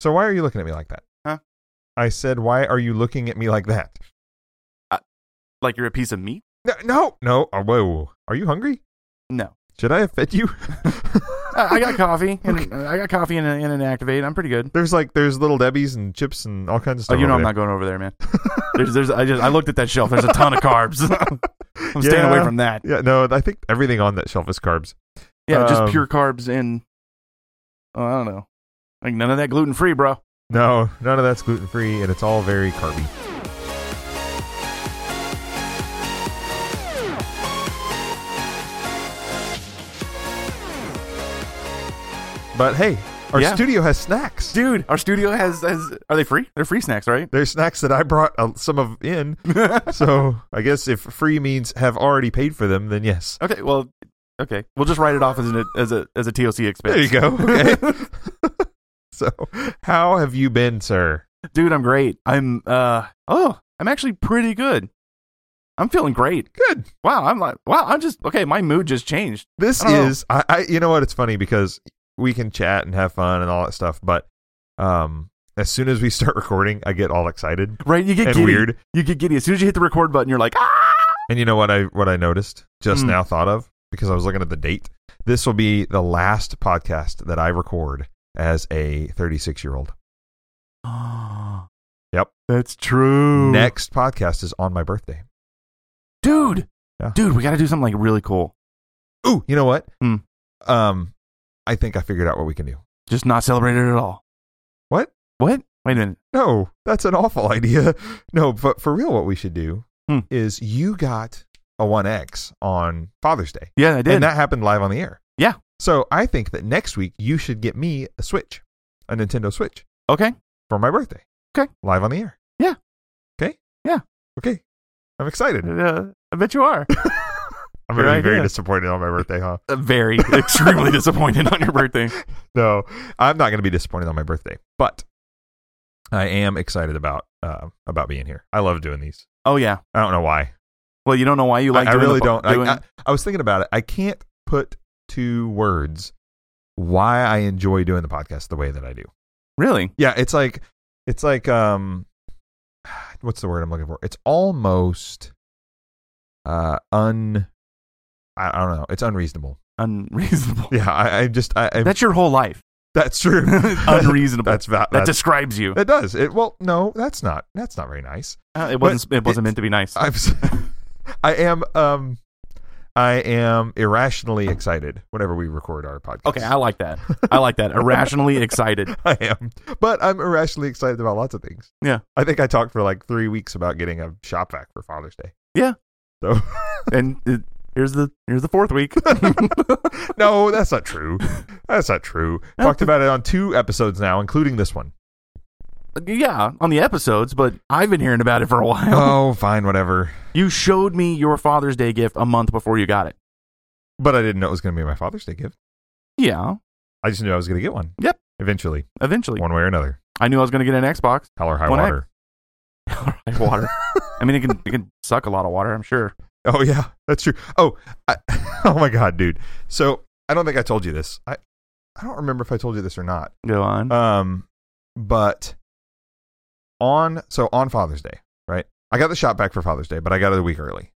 So why are you looking at me like that? Huh? I said, why are you looking at me like that? Like you're a piece of meat? No, no, no. Oh, whoa. Are you hungry? No. Should I have fed you? I I got coffee. And, uh, I got coffee and, and an activate. I'm pretty good. There's like there's little debbies and chips and all kinds of Oh, stuff. you know I'm over not going over there, man. There's, there's, I just, I looked at that shelf. There's a ton of carbs. I'm staying away Yeah. from that. there. Yeah, no, I think everything on that shelf is carbs. Yeah, Um, just pure carbs and, oh, I don't know, like none of that gluten free, bro. No, none of that's gluten free, and it's all very carby. But hey, our Yeah. studio has snacks. Dude, our studio has, has are they free? They're free snacks, right? There's snacks that I brought uh, some of in. so I guess if free means have already paid for them, then yes. Okay, well, okay, we'll just write it off as an as a as a TOC expense. There you go. Okay. so how have you been, sir? Dude, I'm great. I'm uh oh, I'm actually pretty good. I'm feeling great. Good. Wow, I'm like wow, I'm just okay, my mood just changed. This I don't know. is I, I you know what it's funny because we can chat and have fun and all that stuff, but um as soon as we start recording, I get all excited Right? You get and giddy. weird. You get giddy. As soon as you hit the record button, you're like, ah And you know what I what I noticed just Hmm. now thought of because I was looking at the date. This will be the last podcast that I record as a 36 year old. Yep. "Ah!" That's true. Next podcast is on my birthday. Dude. Yeah. Dude, we gotta do something like really cool. Ooh, you know what? Hmm. Um, I think I figured out what we can do. Just not celebrate it at all. What? What? Wait a minute. No, that's an awful idea. No, but for real, what we should do Hmm. is you got a 1X on Father's Day, Yeah, I did. and that happened live on the air. Yeah. So I think that next week you should get me a Switch, a Nintendo Switch okay. for my birthday. Okay. Live on the air. Yeah. Okay. Yeah. Okay. I'm excited. Uh, I bet you are. I'm going to Good be very idea. disappointed on my birthday, huh? Uh, Very extremely disappointed on your birthday. No, I'm not going to be disappointed on my birthday, but I am excited about uh, about being here. I love doing these. Oh yeah. I don't know why. Well, you don't know why you like. I, I doing the really po- don't. I, doing- I, I was thinking about it. I can't put two words why I enjoy doing the podcast the way that I do. really? Yeah, it's like it's like um, what's the word I'm looking for? It's almost uh un. I, I don't know. It's unreasonable. Unreasonable. Yeah, I, I just I, I That's your whole life. that's true. Unreasonable. that's va- that that's describes you. that does it. Well, no, that's not that's not very nice. Uh, it wasn't. It wasn't meant to be nice. I'm s- I am um I am irrationally excited whenever we record our podcast. okay, I like that. I like that. Irrationally excited. I am. But I'm irrationally excited about lots of things. Yeah. I think I talked for like 3 weeks about getting a shop vac for Father's Day. Yeah. So And uh, here's the here's the fourth week. no, that's not true. That's not true. Talked about it on two episodes now, including this one. yeah, on the episodes, but I've been hearing about it for a while. Oh, fine, whatever. you showed me your Father's Day gift a month before you got it. But I didn't know it was going to be my Father's Day gift. Yeah, I just knew I was going to get one. Yep. Eventually, eventually. one way or another. I knew I was going to get an Xbox. Hell or high One X. water. water. I mean, it can it can suck a lot of water. I'm sure. Oh yeah, that's true. Oh, I, oh my god, dude. So I don't think I told you this. I I don't remember if I told you this or not. Go on. Um, but on so on Father's Day, right? I got the shop back for Father's Day, but I got it a week early,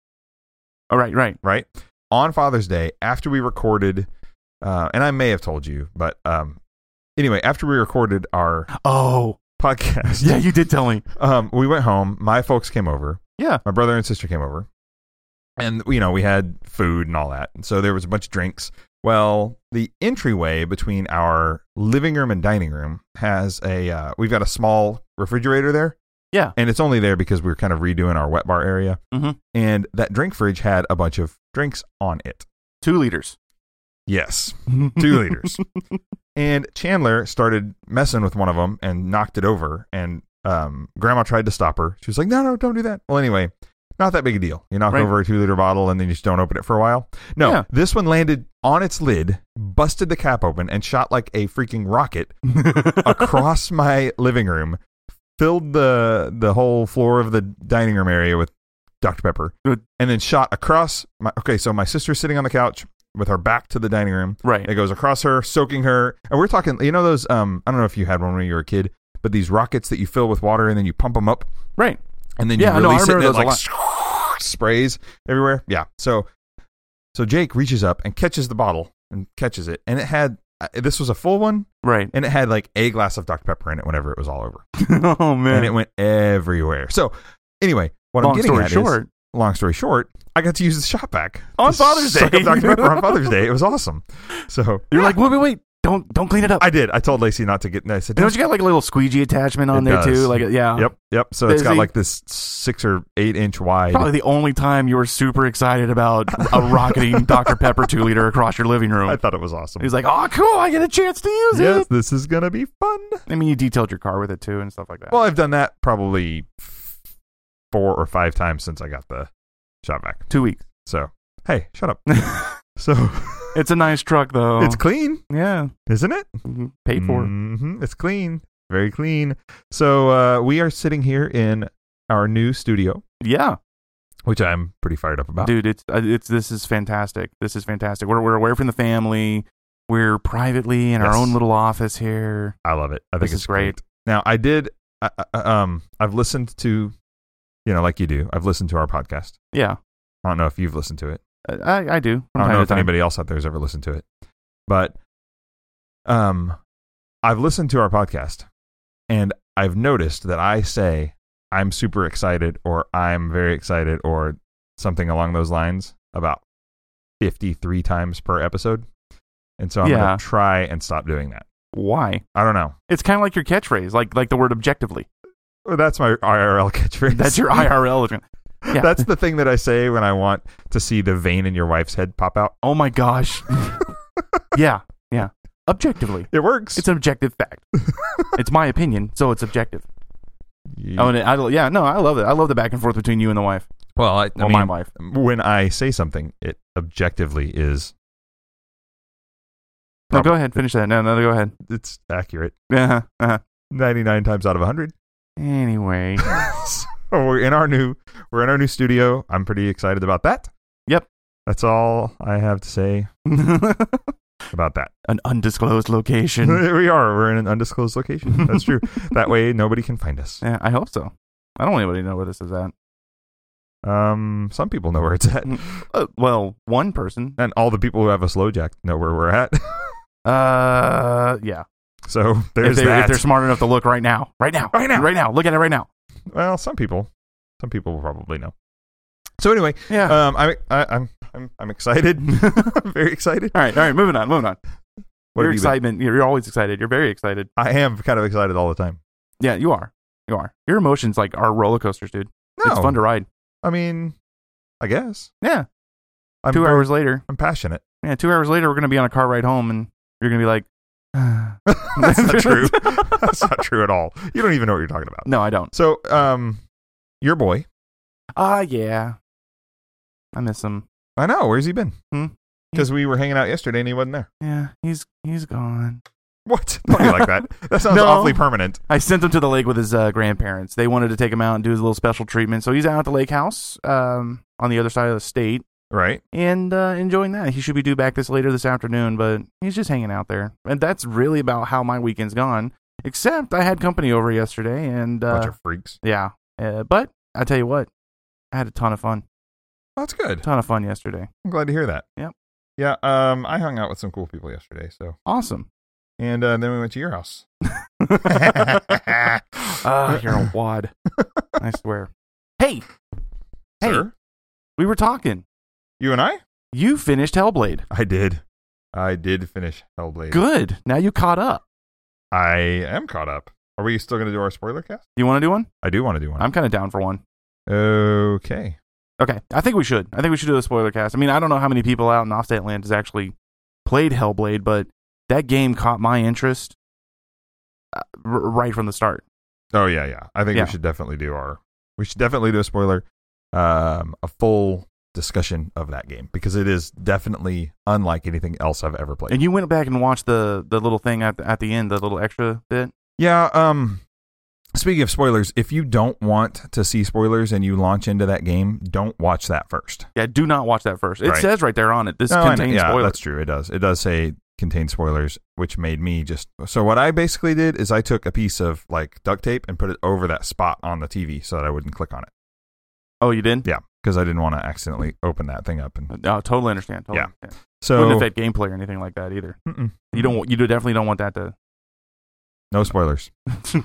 All oh, right, right. right? On Father's Day, after we recorded, uh, and I may have told you, but um, anyway, after we recorded our Oh, podcast, yeah, you did tell me. um, we went home. My folks came over. Yeah. My brother and sister came over. And, you know, we had food and all that. And so there was a bunch of drinks. Well, the entryway between our living room and dining room has a, uh, we've got a small refrigerator there. Yeah. And it's only there because we were kind of redoing our wet bar area. Mhm. And that drink fridge had a bunch of drinks on it. Two liters. Yes. Two liters. And Chandler started messing with one of them and knocked it over. And um, grandma tried to stop her. She was like, no, no, don't do that. Well, anyway, not that big a deal. You knock Right. over a two liter bottle and then you just don't open it for a while. No, Yeah. this one landed on its lid, busted the cap open, and shot like a freaking rocket across my living room, filled the, the whole floor of the dining room area with Dr. Pepper, Good. and then shot across my. Okay, so my sister's sitting on the couch. with her back to the dining room. Right. It goes across her, soaking her. And we're talking, you know, those, um, I don't know if you had one when you were a kid, but these rockets that you fill with water and then you pump them up Right. and then Yeah, you no, I release it and remember it like those sprays everywhere. Yeah. So so Jake reaches up and catches the bottle and catches it, and it had uh, this was a full one, Right. and it had like a glass of Dr Pepper in it whenever it was all over, oh man. and it went everywhere. So anyway, what Long I'm getting story at short, is, long story short, I got to use the shop back On to Father's suck Day. up Dr Pepper on Father's Day. It was awesome. So you're like, wait, wait, wait, don't don't clean it up. I did. I told Lacey not to get. I said, don't you got like a little squeegee attachment on It there does. too? Like, yeah. Yep, yep. So it's Is got he- like this six or eight inch wide. Probably the only time you were super excited about a rocketing Dr. Pepper two liter across your living room. I thought it was awesome. He's like, oh, cool, I get a chance to use yes, it. this is gonna be fun. I mean, you detailed your car with it too and stuff like that. Well, I've done that probably f- four or five times since I got the shot back. two weeks. So hey, shut up. so It's a nice truck though. it's clean, yeah, isn't it? Mhm. paid for. hmm It's clean, very clean. So uh, we are sitting here in our new studio, Yeah, which I'm pretty fired up about. dude, it's uh, it's this is fantastic. This is fantastic. We're we're away from the family. We're privately in our Yes. own little office here. I love it. I think This it's is great. Now I did. I, I, um, I've listened to, you know, like you do. I've listened to our podcast. Yeah, I don't know if you've listened to it. I I do. I From don't time know to if time. anybody else out there has ever listened to it, but um, I've listened to our podcast and I've noticed that I say I'm super excited or I'm very excited or something along those lines about 53 times per episode. And so I'm Yeah. going to try and stop doing that. Why? I don't know. It's kind of like your catchphrase, like like the word objectively. Well, Oh, That's my IRL catchphrase. That's your IRL. Yeah. That's the thing that I say when I want to see the vein in your wife's head pop out. oh my gosh. yeah, yeah. Objectively, It works. it's an objective fact. it's my opinion, so it's objective. You- Oh, and I, I- yeah, no, I love it. I love the back and forth between you and the wife. well, I, I Well, mean, my wife. when I say something, it objectively is No, Probably. go ahead. Finish that. No, no, go ahead. it's accurate Uh-huh, uh-huh. ninety nine times out of hundred. Anyway, so we're in our new we're in our new studio. I'm pretty excited about that. Yep. that's all I have to say an about that. undisclosed location. we are we're in an undisclosed location. That's true. that way, nobody can find us. yeah, I hope so. I don't want anybody to know where this is at. Um, some people know where it's at, Uh, well, one person. and all the people who have a slow jack know where we're at. Uh, yeah. so If, there's they, that. if they're smart enough to look right now, right now, Right now. right now, look at it right now. well, some people, some people will probably know. So anyway, Yeah. um, I, I, I'm I'm I'm excited. I'm very excited. all right, all right. Moving on, moving on. What have you your been- excitement. You're, you're always excited. You're very excited. I am kind of excited all the time. Yeah, you are. You are. Your emotions like are roller coasters, dude. No, It's fun to ride. I mean, I guess Yeah. I'm two very- hours later. I'm passionate. Yeah. Two hours later, we're gonna be on a car ride home, and you're gonna be like, That's not true. That's not true at all. You don't even know what you're talking about. "No, I don't." So, um, your boy. Ah, yeah. I miss him. I know. Where's he been? Hmm. Because we were hanging out yesterday and he wasn't there. Yeah, he's he's gone. What? Don't be like that. That sounds No. awfully permanent. I sent him to the lake with his uh, grandparents. They wanted to take him out and do his little special treatment, so he's out at the lake house um, on the other side of the state Right. and uh, enjoying that. He should be due back this later this afternoon, but he's just hanging out there, and that's really about how my weekend's gone. Except I had company over yesterday, and uh, Bunch of freaks. yeah, uh, but I tell you what, I had a ton of fun, That's good. ton of fun yesterday. I'm glad to hear that. Yep. Yeah. Um, I hung out with some cool people yesterday. So, Awesome. and uh, then we went to your house. Ah, you're a wad. I swear. Hey, hey, Sir? we were talking. You and I? You finished Hellblade. I did. I did finish Hellblade. Good. Now you caught up. I am caught up. Are we still going to do our spoiler cast? You want to do one? I do want to do one. I'm kind of down for one. okay. Okay. I think we should. I think we should do a spoiler cast. I mean, I don't know how many people out in Offstate Land has actually played Hellblade, but that game caught my interest uh, r- right from the start. Oh yeah, yeah. I think Yeah. we should definitely do our. We should definitely do a spoiler, um, a full discussion of that game because it is definitely unlike anything else I've ever played. And you went back and watched the, the little thing at the, at the end, the little extra bit. yeah. Um. Speaking of spoilers, if you don't want to see spoilers and you launch into that game, don't watch that first. Yeah, do not watch that first. It Right. says right there on it, this No, I know. contains yeah, spoilers. that's true. It does. It does say contain spoilers, which made me just. So what I basically did is I took a piece of like duct tape and put it over that spot on the TV so that I wouldn't click on it. Oh, you did? Yeah, because I didn't want to accidentally open that thing up. And No, totally understand. Totally Yeah. Understand. so Mm. Wouldn't affect gameplay or anything like that either. mm-mm, You don't. want- You do- definitely don't want that to. no spoilers.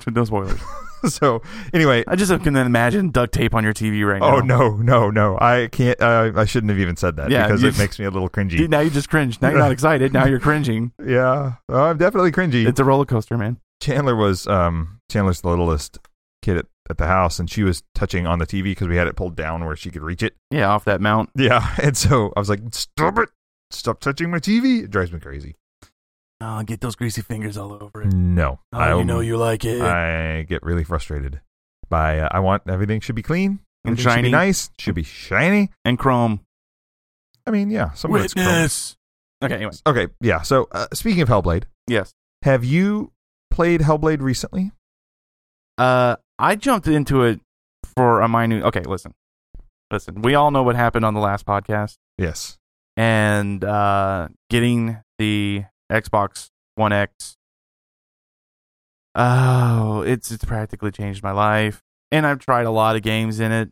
no spoilers. so anyway, I just can imagine duct tape on your TV right now. oh no, no, no, I can't. Uh, I shouldn't have even said that Yeah, because you- it makes me a little cringy. Dude, now you just cringe. Now you're not excited. Now you're cringing. yeah, oh, I'm definitely cringy. It's a roller coaster, man. Chandler was um Chandler's the littlest kid at, at the house, and she was touching on the TV because we had it pulled down where she could reach it. Yeah, off that mount. Yeah, and so I was like, "Stop it! Stop touching my TV! It drives me crazy." Oh, get those greasy fingers all over Ah, No, Mm. I you like it. I get really frustrated by uh, I want everything should be clean, And everything should shiny. be nice, should be shiny. and Chrome. I mean, yeah, some of it's chrome. Okay. Anyway. Okay, yeah. So uh, speaking of Hellblade, Yes. have you played Hellblade recently? Uh, I jumped into it for a minute. Okay, listen, listen. We all know what happened on the last podcast, Yes. and uh, getting the Xbox One X. Oh, it's it's practically changed my life, and I've tried a lot of games in it,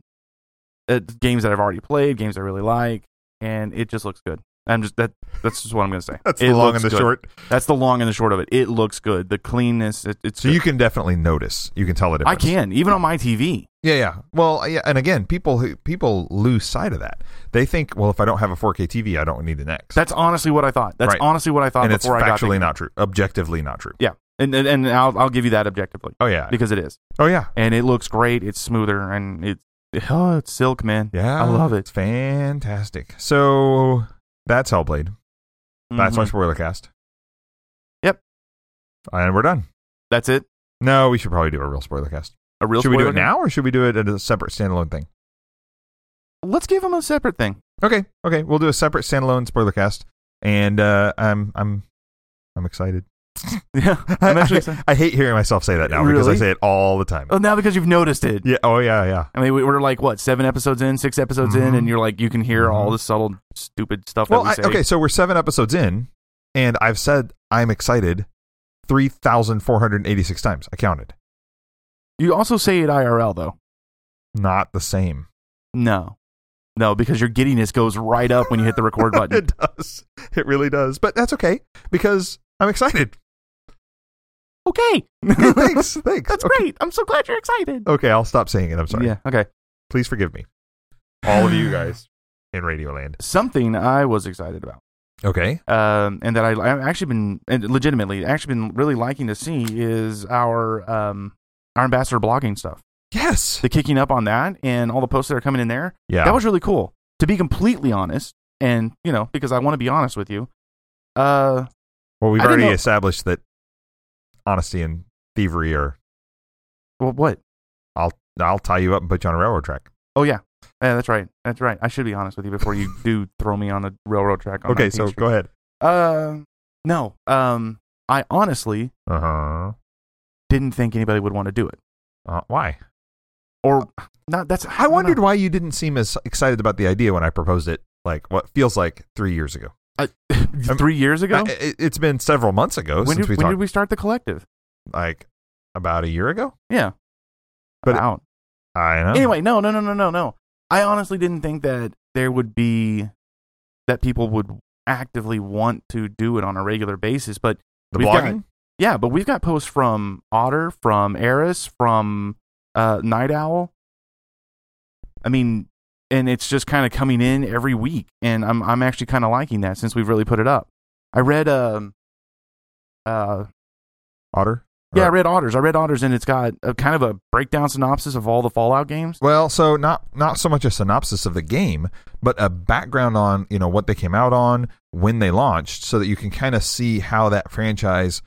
uh, games that I've already played, games I really like, and it just looks good. I'm just that. That's just what I'm gonna say. That's It the long looks and the good. short. That's the long and the short of it. It looks good. The cleanness. It, it's. So you can definitely notice. You can tell the I difference. can even on my TV. Yeah, yeah. Well, yeah, and again, people who people lose sight of that. They think, well, if I don't have a 4K TV, I don't need an X. That's honestly what I thought. That's Right. honestly what I thought and it's before I got the factually game. not true. Objectively not true. And and, and I'll, I'll give you that objectively Oh yeah. because it is, Oh yeah. and it looks great. It's smoother and it oh, it's silk, man. Yeah. I love It's it. fantastic. So that's Hellblade. That's Mhm. our spoiler cast. Yep. And we're done. That's it. No, we should probably do a real spoiler cast. A real. should we do spoiler it game? now or should we do it at a separate standalone thing? Let's give them a separate thing. Okay. Okay. We'll do a separate standalone spoiler cast. And uh, I'm I'm I'm excited. Yeah, I'm actually. excited. I hate hearing myself say that now because I Really? say it all the time. Oh, now because you've noticed it. Yeah. Oh, yeah, yeah. I mean, we- we're like what seven episodes in, six episodes in, Mhm. and you're like, you can hear all Mhm. the subtle, stupid stuff. Well, that we I, say. okay. So we're seven episodes in, and I've said I'm excited three thousand four hundred eighty-six times. I counted. You also say it IRL though. Not the same. No, no, because your giddiness goes right up when you hit the record button. it does. It really does. But that's okay because I'm excited. okay. thanks. Thanks. That's okay. great. I'm so glad you're excited. Okay. I'll stop saying it. I'm Oh, sorry. Yeah. Okay. Please forgive me, all of you guys in Radioland. Something I was excited about, Okay. um, and that I, I've actually been, and legitimately, actually been really liking to see is our um, our ambassador blogging stuff. Yes. The kicking up on that and all the posts that are coming in there. Yeah. That was really cool. To be completely honest, and you know, because I want to be honest with you, uh, well, we've I didn't already know- established that honesty and thievery are. well, what? I'll I'll tie you up and put you on a railroad track. Oh yeah, yeah, that's right, that's right. I should be honest with you before you do throw me on the railroad track. On Okay. 19th So Street. go ahead. Uh, no. Um, I honestly Uh huh. didn't think anybody would want to do it. Uh, why? Or not. That's I don't wondered know. why you didn't seem as excited about the idea when I proposed it, like what feels like three years ago. three years ago. I- it, has been several months ago since when did, we when talked, did we start the collective? like about a year ago. Yeah. But- out. I know. Anyway, no, no, no, no, no, no. I honestly didn't think that there would be that people would actively want to do it on a regular basis. But the we've blogging. yeah, but we've got posts from Otter, from Eris, from uh, Night Owl. I mean, and it's just kind of coming in every week, and I'm I'm actually kind of liking that since we've really put it up. I read um, uh, Otter. yeah, I Or- read Otters. I read Otters, and it's got a kind of a breakdown synopsis of all the Fallout games. Well, so not not so much a synopsis of the game, but a background on you know what they came out on, when they launched, so that you can kind of see how that franchise,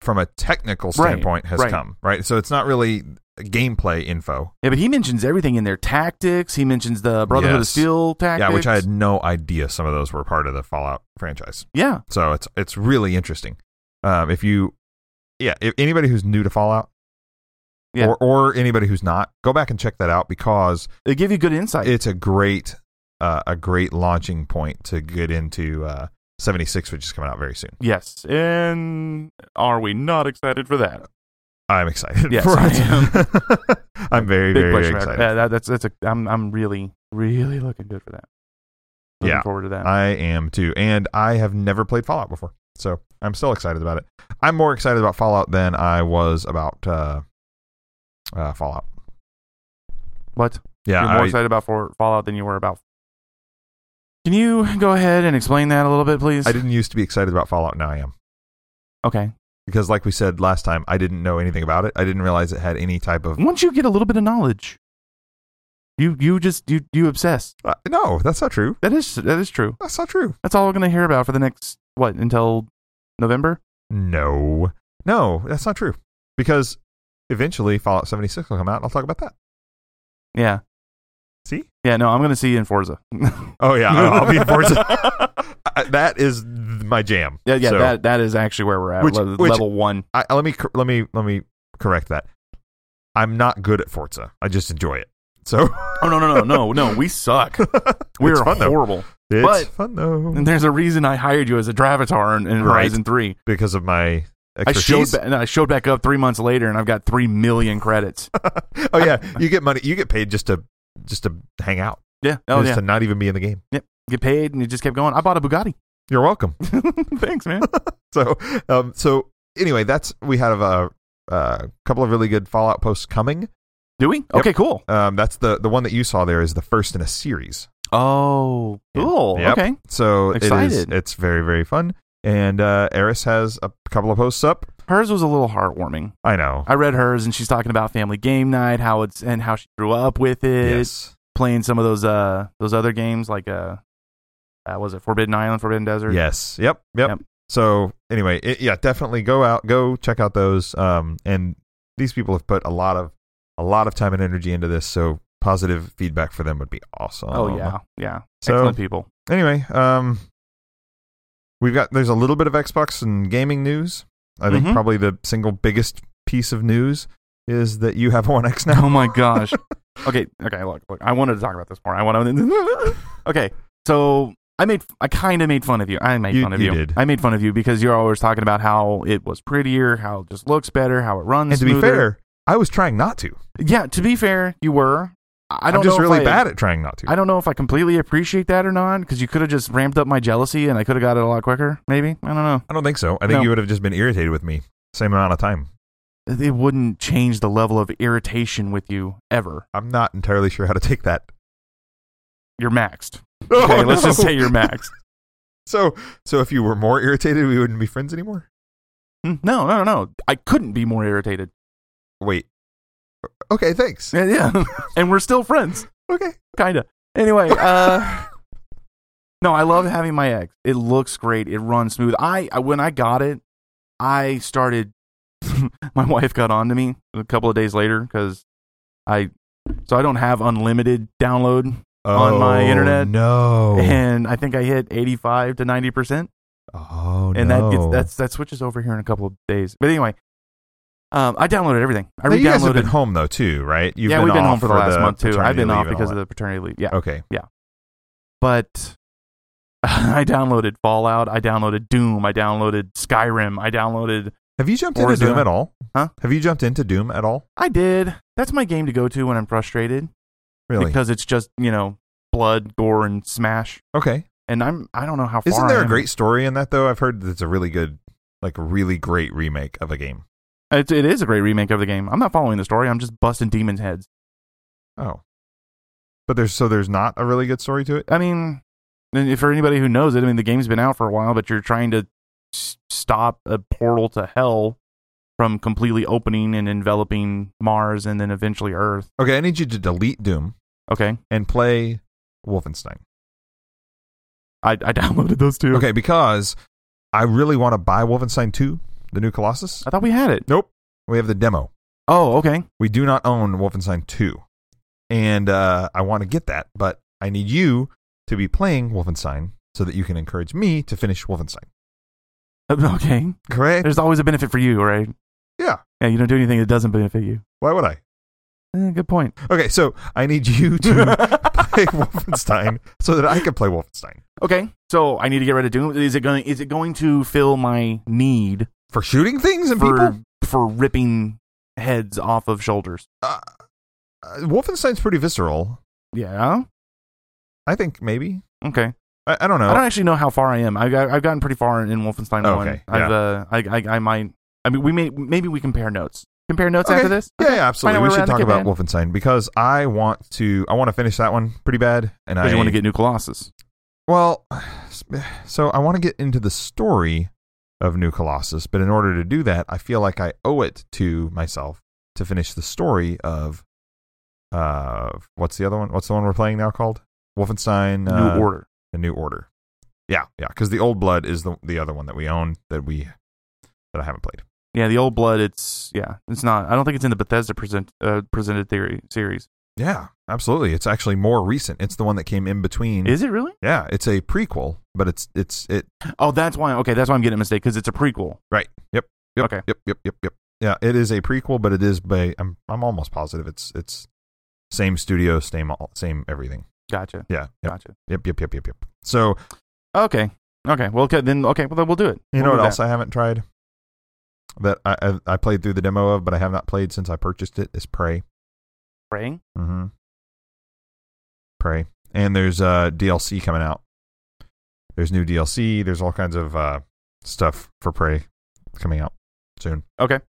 from a technical standpoint, has right. come. Right. So it's not really gameplay info. Yeah, but he mentions everything in there: tactics. He mentions the Brotherhood of Yes. Steel tactics. Yeah, which I had no idea some of those were part of the Fallout franchise. yeah, So it's it's really interesting. Um, if you, yeah, if anybody who's new to Fallout, Yeah. or or anybody who's not, go back and check that out because They give you good insight. it's a great uh, a great launching point to get into uh, 76, which is coming out very soon. yes. And are we not excited for that? I'm excited. Yes, for I it. I'm very Big very push for excited. That, that, that's that's a. I'm I'm really really looking good for that. Looking Yeah. forward to that. I am too, and I have never played Fallout before, so I'm still excited about it. I'm more excited about Fallout than I was about uh, uh, Fallout. what? Yeah, You're more I- excited about for Fallout than you were about. Can you go ahead and explain that a little bit, please? I didn't used to be excited about Fallout. Now I am. Okay. because like we said last time i didn't know anything about it i didn't realize it had any type of Once you get a little bit of knowledge, you you just you you obsess. Uh, no that's not true That is that is true. that's not true That's all we're gonna hear about for the next what until November. no no that's not true because eventually fallout 76 will come out and i'll talk about that Yeah. see Yeah. No, I'm gonna see you in Forza. oh yeah i'll, I'll be in forza I- that is th- my jam Yeah, yeah, So, that that is actually where we're at. Which- le- which- level one. I, let me cor- let me let me correct that i'm not good at forza i just enjoy it so Oh no, no, no, no, no. We suck. it's We're fun though horrible. it's But- fun though And there's a reason I hired you as a Dravatar in, in Right. Horizon Three. because of my I showed expertise ba- no, I showed back up three months later, and I've got three million credits. oh yeah, you get money. You get paid just to just to hang out, yeah. Oh just yeah. to not even be in the game. Get paid, and it just kept going. I bought a Bugatti. You're welcome. Thanks, man. so, um, so anyway, that's we have a, a couple of really good Fallout posts coming. Do we? Okay, cool. Um, that's the the one that you saw there is the first in a series. Oh, Yeah. cool. Yep. Okay. So it is Excited. it's very very fun. And uh, Eris has a couple of posts up. Hers was a little heartwarming. I know. I read hers, and she's talking about family game night, how it's and how she grew up with it. yes. playing some of those uh those other games like uh, uh was it Forbidden Island, Forbidden Desert? Yes. Yep. Yep. Yep. So anyway, it, yeah, definitely go out, go check out those. Um, and these people have put a lot of a lot of time and energy into this, so positive feedback for them would be awesome. Oh yeah, yeah. Uh-huh. So- Excellent people. Anyway, um, we've got there's a little bit of Xbox and gaming news. I think Mhm. probably the single biggest piece of news is that you have One X now. Oh my gosh. okay, okay. Look, look. I wanted to talk about this more. I wanted. To, okay, so I made I kind of made fun of you. I made You- fun of you you. did. I made fun of you because you're always talking about how it was prettier, how it just looks better, how it runs. And to be smoother. fair, I was trying not to. yeah. To be fair, you were. I I don't I'm just know if really I- bad at trying not to. I don't know if I completely appreciate that or not because you could have just ramped up my jealousy and I could have got it a lot quicker. Maybe I don't know. I don't think so. I think No. you would have just been irritated with me. Same amount of time. it wouldn't change the level of irritation with you ever. I'm not entirely sure how to take that. You're maxed. Oh, Okay, let's just say you're maxed. so. So if you were more irritated, we wouldn't be friends anymore. Hmm, No, no, no, no. I couldn't be more irritated. Wait. Okay, thanks. Yeah, yeah. and we're still friends, Okay. kinda. Anyway, uh, no, I love having my ex. It looks great. It runs smooth. I I- when I got it, I started. my wife got on to me a couple of days later because I, so I don't have unlimited download, On my internet. Oh, No. and I think I hit eighty five to ninety percent. oh and no. that gets that's that switches over here in a couple of days. But anyway, um, I downloaded everything. I Now, you guys have re-downloaded. been home though too, right? You've yeah, we've been off home for the last month too. I've paternity been leave off and because of all the paternity leave. Yeah, that. Okay. but I downloaded Fallout. I downloaded Doom. I downloaded Skyrim. I downloaded. Have you jumped Or into is it Doom a- at all? Huh? Have you jumped into Doom at all? I did. That's my game to go to when I'm frustrated Really? because it's just you know blood, gore, and smash. okay. And I'm I don't know how far. Isn't there I a am. great story in that though? I've heard that it's a really good, like, really great remake of a game. It, it is a great remake of the game. I'm not following the story. I'm just busting demons' heads. Oh. But there's so there's not a really good story to it. I mean, and if- for anybody who knows it, I mean, the game's been out for a while, but you're trying to s- stop a portal to hell from completely opening and enveloping Mars and then eventually Earth. Okay, I need you to delete Doom Okay. and play Wolfenstein. I, I downloaded those two. Okay, because I really want to buy Wolfenstein 2, the new Colossus. I thought we had it. Nope. We have the demo. Oh, okay. We do not own Wolfenstein 2. And uh, I want to get that, but I need you to be playing Wolfenstein so that you can encourage me to finish Wolfenstein. Okay. Correct? There's always a benefit for you, right? Yeah. Yeah, you don't do anything that doesn't benefit you. Why would I? Eh, good point. Okay, so I need you to play Wolfenstein so that I can play Wolfenstein okay, so I need to get rid of Doom. Is it going? Is it going to fill my need for shooting things and for people. for ripping heads off of shoulders? Uh, uh, Wolfenstein's pretty visceral. Yeah. I think maybe. Okay. I, I don't know. I don't actually know how far I am. I've I've gotten pretty far in Wolfenstein One. Okay, I've uh, I, I I might. I mean, we may maybe we compare notes. Compare notes Okay. after this. yeah, yeah, absolutely. Find out We where we're should at, talk okay, about man. Wolfenstein because I want to. I want to finish that one pretty bad, and I Because you want to get new Colossus. Well, so I want to get into the story of New Colossus, but in order to do that, I feel like I owe it to myself to finish the story of uh what's the other one? What's the one we're playing now called? Wolfenstein uh, new Order. The New Order. Yeah, yeah, cuz the Old Blood is the the other one that we own that we that I haven't played. Yeah, the old blood. It's yeah. It's not. I don't think it's in the Bethesda present uh, presented theory series. Yeah, absolutely. It's actually more recent. It's the one that came in between. Is it really? yeah, it's a prequel, but it's it's it Oh, that's why. Okay, that's why I'm getting a mistake because it's a prequel. Right. Yep. Yep. Okay. Yep. Yep. Yep. Yep. Yeah, it is a prequel, but it is by I'm I'm almost positive it's it's same studio, same all, same everything. Gotcha. Yeah. Yep. Gotcha. Yep. Yep. Yep. Yep. Yep. So Okay. Okay. Well, okay, then okay. Well, then we'll do it. you We'll know do what that. else I haven't tried that I, I I played through the demo of, but I have not played since I purchased it is Prey. Praying. Mm-hmm. Prey, and there's uh DLC coming out. There's new DLC. There's all kinds of uh stuff for Prey coming out soon. Okay.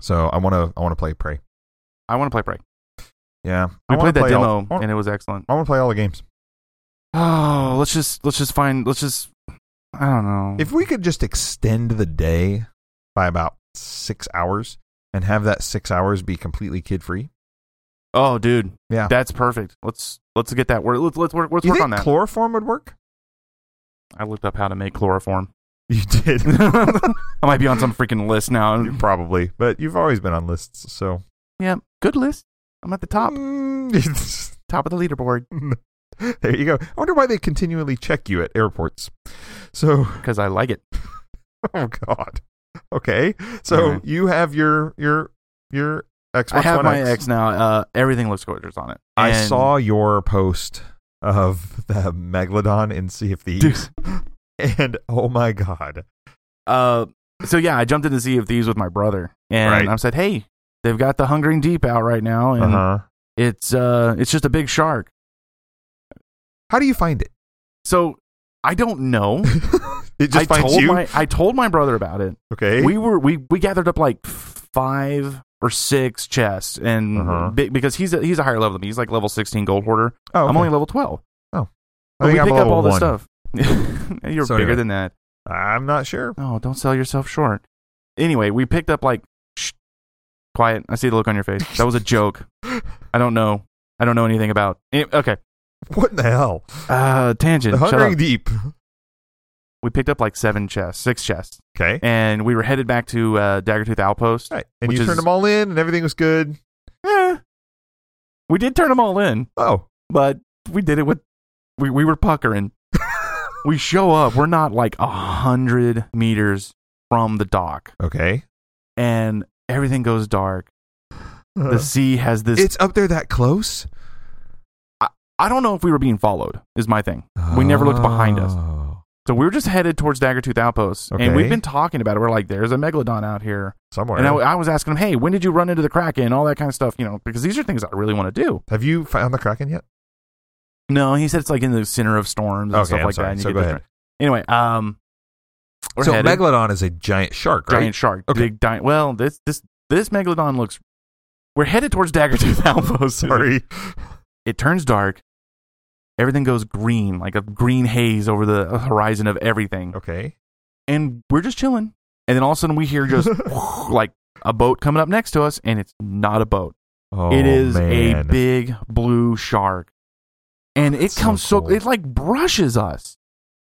So I want to I want to play Prey. I want to play Prey. Yeah, We I wanna played that play demo all- I want and it was excellent. to play all the games. Oh, let's just let's just find let's just I don't know. If we could just extend the day by about six hours and have that six hours be completely kid free, oh, dude. Yeah. That's perfect. Let's let's get that. We're, let's let's work let's you work think on that. chloroform would work? I looked up how to make chloroform. You did I might be on some freaking list now. probably, but you've always been on lists, so Yeah, good list. I'm at the top Mm, top of the leaderboard there you go. I wonder why they continually check you at airports. So, because I like it. oh god. Okay, so Alright. you have your your your Xbox I have One my X. X now. Uh, everything looks gorgeous on it. I And- saw your post of the megalodon in Sea of Thieves, Dude, and oh my god, uh, so yeah, I jumped into Sea of Thieves with my brother, and Right. I said, "Hey, they've got the Hungering Deep out right now, and uh-huh. it's uh, it's just a big shark." how do you find it? So I don't know. It just I finds told you. my I told my brother about it. okay, We were we we gathered up like five or six chests, and Uh-huh. be- because he's a, he's a higher level than me, he's like level sixteen gold hoarder. oh, I'm okay. only level twelve. I But think we I'm pick up level all one. this stuff. You're So bigger anyway. than that. I'm not sure. Oh, don't sell yourself short. Anyway, we picked up like. Shh, quiet. I see the look on your face. That was a joke. I don't know. I don't know anything about. eh, Okay. What in the hell? Uh, tangent. The Shut hungering up. deep. We picked up like seven chests, six chests, Okay, and we were headed back to uh, Daggertooth Outpost. all right, and Which you is- turned them all in, and everything was good. Eh, we did turn them all in, Oh, but we did it with. We we were puckering. we show up. We're not like a hundred meters from the dock. okay. and everything goes dark. The sea has this. Uh-huh. it's up there that close. I don't know if we were being followed, is my thing. We never looked behind us. Oh. So we were just headed towards Daggertooth Outpost. Okay. And we've been talking about it. We're like, there's a megalodon out here. Somewhere. And I, I was asking him, hey, when did you run into the Kraken? and All that kind of stuff, you know, because these are things I really want to do. have you found the kraken yet? No, he said it's like in the center of storms and Okay, stuff I'm like sorry. that. And you So get go ahead. different- Anyway, um, we're so headed. megalodon is a giant shark, right? giant shark. Okay. Big giant. Well, this, this, this megalodon looks. We're headed towards Daggertooth Outpost. Sorry. it turns dark everything goes green like a green haze over the horizon of everything Okay. and we're just chilling and then all of a sudden we hear just like a boat coming up next to us and it's not a boat Oh, it is a man. big blue shark and it That's so comes so, cool. it like brushes us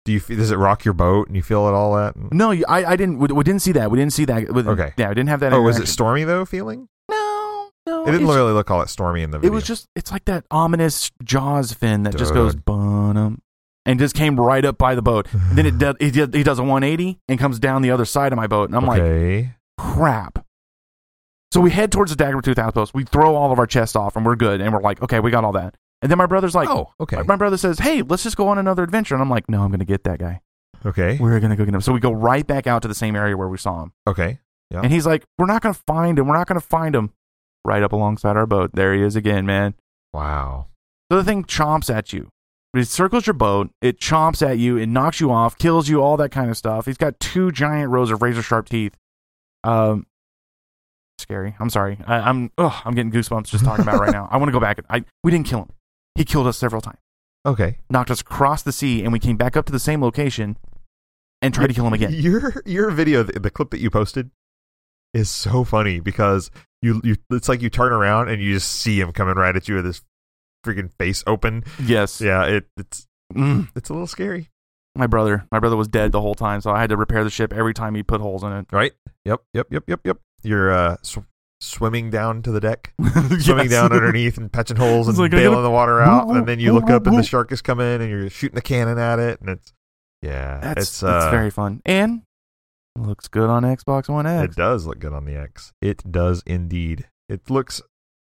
Do you fe- does it rock your boat and you feel it all that? no you- i, I didn't we, we didn't see that we didn't see that with, Okay. yeah we didn't have that Oh, was it interaction. stormy though? Feeling no no it didn't it's- really look all that stormy in the video. It was just it's like that ominous jaws fin that just Dude. goes bum and just came right up by the boat. And then it does he, does he does a 180 and comes down the other side of my boat and I'm like okay. crap. So we head towards the Daggerbtooth outpost. We throw all of our chests off, and we're good. And we're like, okay, we got all that. And then my brother's like, oh, okay. my- my brother says, hey, let's just go on another adventure. And I'm like, no, I'm going to get that guy. Okay. We're going to go get him. So we go right back out to the same area where we saw him. Okay. Yeah. And he's like, we're not going to find him. We're not going to find him. Right up alongside our boat. There he is again, man. Wow. So the thing chomps at you. It circles your boat. It chomps at you. It knocks you off, kills you, all that kind of stuff. He's got two giant rows of razor sharp teeth. Um, scary. I'm sorry. I, I'm ugh, I'm getting goosebumps just talking about it right now. I want to go back. I we didn't kill him. He killed us several times. Okay. Knocked us across the sea, and we came back up to the same location and tried to kill him again. Your your video, the, the clip that you posted, is so funny because you you it's like you turn around and you just see him coming right at you with his freaking face open. Yes. Yeah. It it's Mm. it's a little scary. My brother. My brother was dead the whole time, so I had to repair the ship every time he put holes in it. Right. Yep. Yep. Yep. Yep. Yep. You're uh, sw- swimming down to the deck, swimming Yes. down underneath and patching holes and It's like, I bailing gotta- the water out, Woo, and then you woo, look woo, up and woo. the shark is coming and you're shooting the cannon at it, and it's yeah, That's it's it's, uh, very fun and looks good on Xbox One It X. does look good on the X. It does indeed. It looks.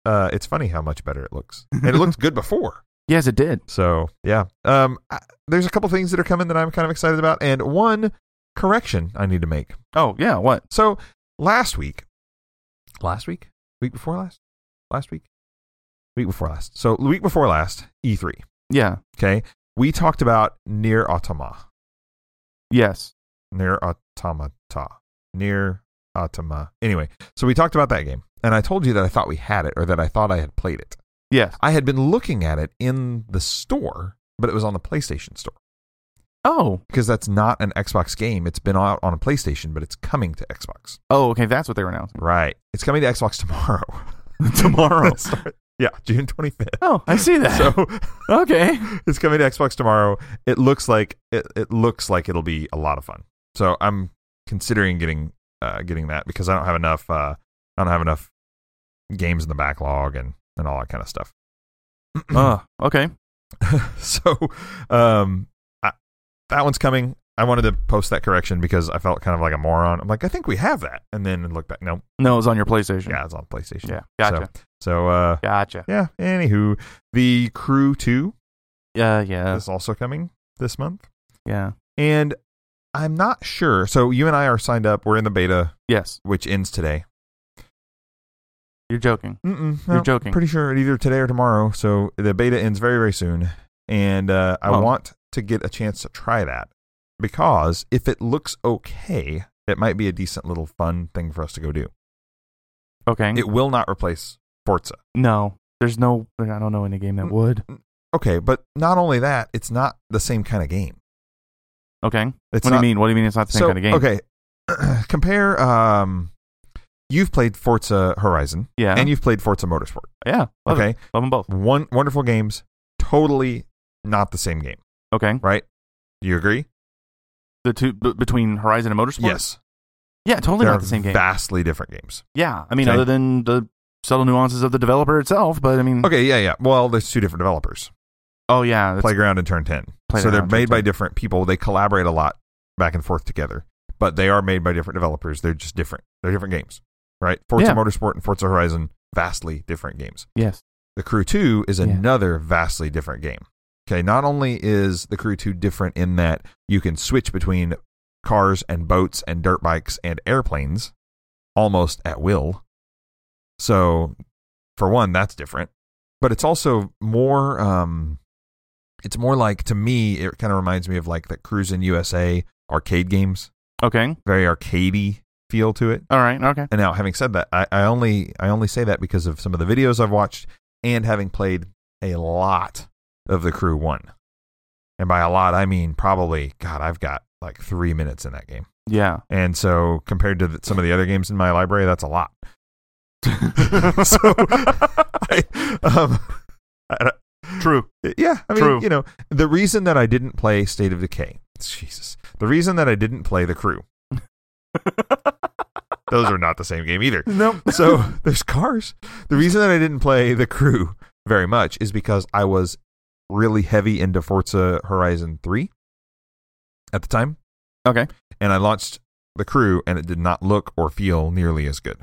Uh, it's funny how much better it looks, and it looks good before. yes, it did. So yeah, um, I, there's a couple things that are coming that I'm kind of excited about, and one correction I need to make. Oh yeah, what? So last week, last week, week before last, last week, week before last. So the week before last, E E3. Yeah, Okay, we talked about near Automa, yes, near Automata, near Automa. Anyway, so we talked about that game, and I told you that I thought we had it, or that I thought I had played it. yes. I had been looking at it in the store, but it was on the PlayStation store Oh, because that's not an Xbox game. It's been out on a PlayStation, but it's coming to Xbox. oh, okay. That's what they were announcing Right, it's coming to Xbox tomorrow. tomorrow. Start- yeah, June 25th. oh, I see that. So okay. it's coming to Xbox tomorrow. It looks like it, it looks like it'll be a lot of fun. So I'm considering getting uh, getting that because I don't have enough uh, I don't have enough games in the backlog and and all that kind of stuff. Uh, okay. so um I, that one's coming. I wanted to post that correction because I felt kind of like a moron. I'm like, I think we have that, and then look back. No, No, it was on your PlayStation. yeah, it's on PlayStation. yeah. Gotcha. So, uh, Gotcha. yeah. Anywho, the Crew Two Yeah, yeah, is also coming this month. yeah. And I'm not sure. So you and I are signed up. We're in the beta, Yes, which ends today. you're joking. Mm-mm, You're no, joking. Pretty sure either today or tomorrow. So the beta ends very, very soon. And uh, I Wow. want to get a chance to try that because if it looks okay, it might be a decent little fun thing for us to go do. Okay. It will not replace Forza. no, there's no. I don't know any game that Mm. would. Okay, but not only that, it's not the same kind of game. Okay. It's what not, do you mean? What do you mean? It's not the same so, kind of game. Okay, compare. Um, you've played Forza Horizon, Yeah. and you've played Forza Motorsport. yeah. Love okay. It. Love them both. One wonderful games, totally not the same game, Okay. right? Do you agree? The two b- between Horizon and Motorsport. Yeah, totally They're not the same game. Vastly different games. Yeah, I mean, Okay. other than the subtle nuances of the developer itself, but I mean, Okay, yeah, yeah. Well, there's two different developers, oh yeah, that's- Playground and Turn 10. so Playground they're and made by Turn 10. different people. They collaborate a lot back and forth together, but they are made by different developers. They're just different. They're different games, right? Forza Yeah. Motorsport and Forza Horizon, vastly different games. yes, The Crew 2 is Yeah. another vastly different game. Okay, not only is The Crew 2 different in that you can switch between cars and boats and dirt bikes and airplanes almost at will. So, for one, that's different. But it's also more um it's more like to me it kind of reminds me of like the Cruisin' USA arcade games, okay, very arcadey feel to it. all right, okay, And now, having said that, I, I only I only say that because of some of the videos I've watched and having played a lot of the Crew One. And by a lot, I mean probably God, I've got like three minutes in that game. yeah, And so, compared to the, some of the other games in my library, that's a lot. so, I, um, I don't- true, yeah, I mean, True. you know, the reason that I didn't play State of Decay, Jesus, the reason that I didn't play The Crew, those are not the same game either. nope, So there's cars. The reason that I didn't play the crew very much is because I was really heavy into Forza Horizon 3 at the time. Okay. And I launched the crew and it did not look or feel nearly as good.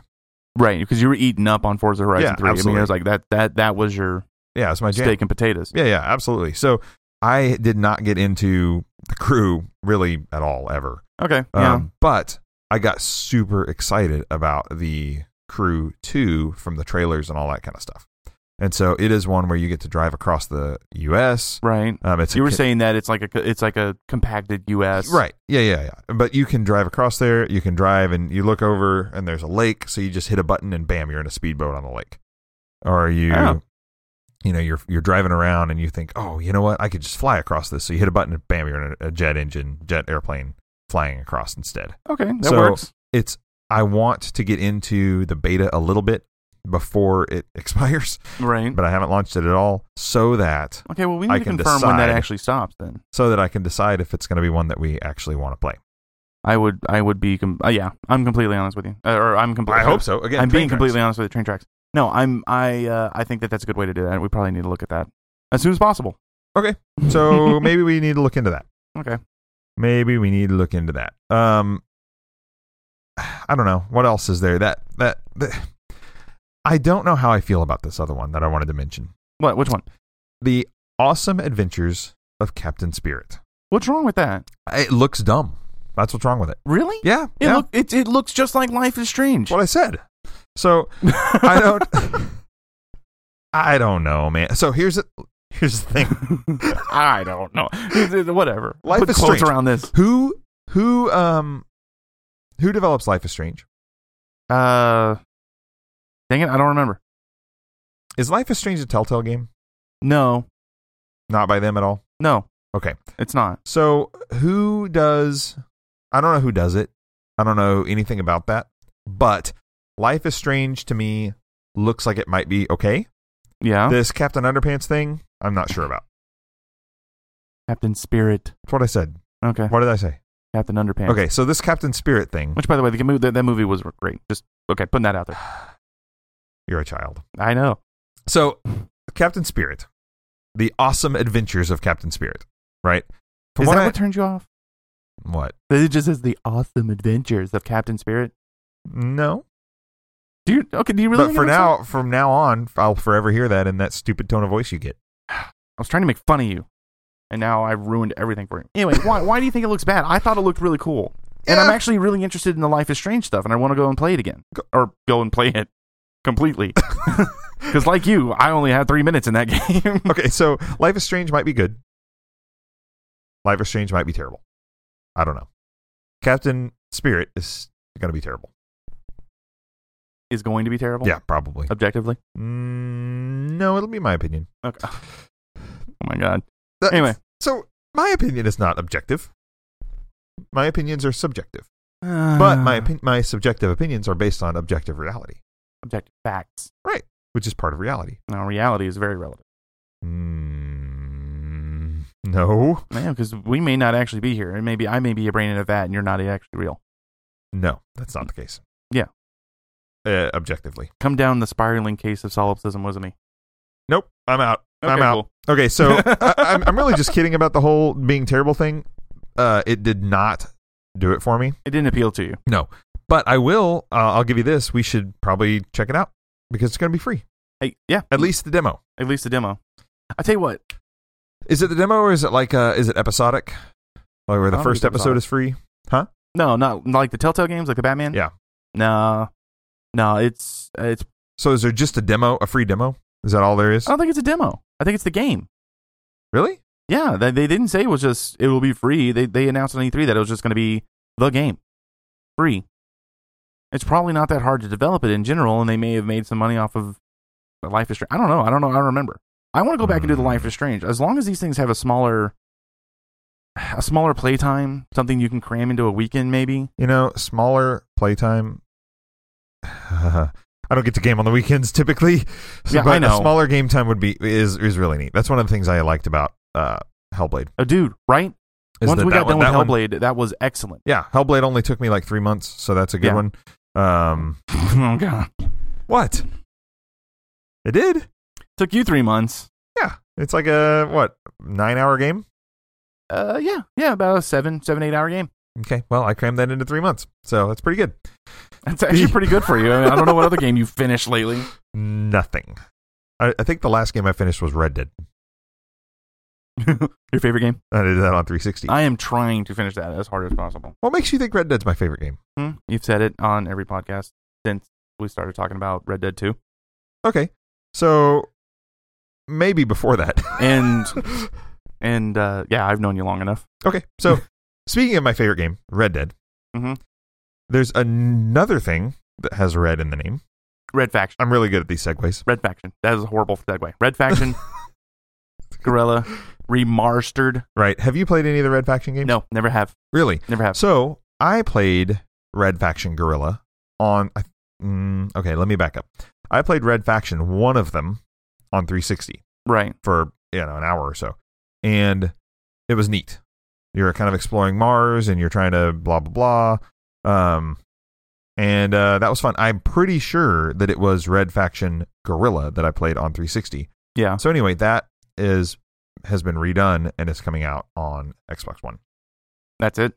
Right, because you were eating up on Forza Horizon Yeah, Three. I mean, absolutely. it was like that that that was your Yeah, it's my jam. steak and potatoes. Yeah, yeah, absolutely. So I did not get into the crew really at all ever. Okay, yeah, Um, But I got super excited about the crew two from the trailers and all that kind of stuff. And so it is one where you get to drive across the U.S. right. Um, it's a You were con- saying that it's like a it's like a compacted U.S. Right. Yeah, yeah, yeah. But you can drive across there. You can drive and you look over and there's a lake, so you just hit a button and bam, you're in a speedboat on the lake. Or you Oh. you know, you're you're driving around and you think, "Oh, you know what? I could just fly across this." So you hit a button and bam, you're in a, a jet engine, jet airplane flying across instead. Okay, that So- works. It's I want to get into the beta a little bit before it expires, Right. but I haven't launched it at all so that Okay. Well, we I need to can confirm when that decide. actually stops. Then so that I can decide if it's going to be one that we actually want to play. I would I would be com- uh, yeah. I'm completely honest with you, uh, or I'm completely. I hope so. Again, I'm train being tracks. completely honest with you. Train tracks. No, I'm I uh, I think that that's a good way to do that. We probably need to look at that as soon as possible. Okay, So maybe we need to look into that. okay. Maybe we need to look into that. Um, I don't know what else is there. That that, that- I don't know how I feel about this other one that I wanted to mention. What? Which one? The awesome adventures of Captain Spirit. What's wrong with that? It looks dumb. That's what's wrong with it. Really? Yeah, It yeah. look it it looks just like Life is Strange. that's what I said. So I don't. I don't know, man. So here's the, here's the thing. I don't know. Whatever. Life Put is quotes strange. around this. Who who um who develops Life is Strange? Uh, dang it, I don't remember. Is Life is Strange a Telltale game? No, Not by them at all. no, Okay. it's not. So who does? I don't know who does it. I don't know anything about that. But Life is Strange to me looks like it might be okay. Yeah, This Captain Underpants thing, I'm not sure about. Captain Spirit. That's what I said. Okay, What did I say? Captain Underpants. Okay, so this Captain Spirit thing, Which, by the way, the movie that, that movie was great. Just okay, putting that out there. you're a child. I know. So Captain Spirit, the awesome adventures of Captain Spirit, right? From Is what that I- what turned you off? what? That It just says the awesome adventures of Captain Spirit. No. Do you okay? Do you really? but think for it looks like- now, from now on, I'll forever hear that in that stupid tone of voice you get. I was trying to make fun of you, and now I've ruined everything for you. Anyway, why why do you think it looks bad? I thought it looked really cool, and I'm Yeah. actually really interested in the Life is Strange stuff, and I want to go and play it again, or go and play it completely. Because like you, I only had three minutes in that game. Okay, so Life is Strange might be good. Life is Strange might be terrible. I don't know. Captain Spirit is going to be terrible. is going to be terrible. Yeah, probably. objectively. Mm, no, it'll be my opinion. Okay. Oh my god. That- Anyway. So my opinion is not objective. My opinions are subjective, But but Uh. my opi- my subjective opinions are based on objective reality, objective facts. which is part of reality. Now reality is very relevant. Mm, no, Yeah, because we may not actually be here. It may be I may be a brain in a vat, and you're not actually real. no, that's not the case. Yeah. uh, objectively. Come down the spiraling case of solipsism, wasn't me. Nope, I'm out. I'm Okay, out. cool. Okay, so I, I'm, I'm really just kidding about the whole being terrible thing. Uh, it did not do it for me, It didn't appeal to you. but I will. Uh, I'll give you this. We should probably check it out because it's going to be free. Hey, yeah, At least the demo. at least the demo. I tell you what, Is it the demo or is it like uh, is it episodic? Like where I the don't first think it's episode is free? no, not like the Telltale games, like the Batman. Yeah. No, no, it's it's. So is there just a demo, a free demo? Is that all there is? I don't think it's a demo. I think it's the game. Really? Yeah, they, they didn't say it was just it will be free. They they announced on E3 that it was just going to be the game, free. It's probably not that hard to develop it in general, and they may have made some money off of the Life is Strange. I don't know. I don't know. I don't remember. I want to go back Hmm. and do the Life is Strange. As long as these things have a smaller, a smaller playtime, something you can cram into a weekend, maybe. You know, smaller playtime. I don't get to game on the weekends typically. So, Yeah, I but know. A smaller game time would be is is really neat. That's one of the things I liked about uh, Hellblade. Oh, dude, right? is Once that- we that got one- done with that one- Hellblade, that was excellent. yeah, Hellblade only took me like three months, so that's a good Yeah. one. Um, oh god, what? It did. took you three months. Yeah, it's like a what nine hour game. Uh, yeah, yeah, about a seven, seven, eight hour game. Okay, well, I crammed that into three months, so that's pretty good. That's actually pretty good for you. I, mean, I don't know what other game you finished lately. Nothing. I, I think the last game I finished was Red Dead. Your favorite game? I did that on 360. I am trying to finish that as hard as possible. what makes you think Red Dead's my favorite game? Hmm? You've said it on every podcast since we started talking about Red Dead 2. Okay, so maybe before that. And and uh, yeah, I've known you long enough. Okay, so speaking of my favorite game, Red Dead, Mhm. there's another thing that has red in the name. Red Faction. I'm really good at these segues. Red Faction. That is a horrible segue. Red Faction. Gorilla remastered. Right. Have you played any of the Red Faction games? No, never have. Really? Never have. So I played Red Faction Gorilla on. I- Mm, okay, let me back up. I played Red Faction, one of them, on 360 Right. for you know an hour or so, and it was neat. You're kind of exploring Mars and you're trying to blah blah blah, um, and uh, that was fun. I'm pretty sure that it was Red Faction Gorilla that I played on 360. Yeah. So anyway, that is has been redone and is coming out on Xbox One. That's it.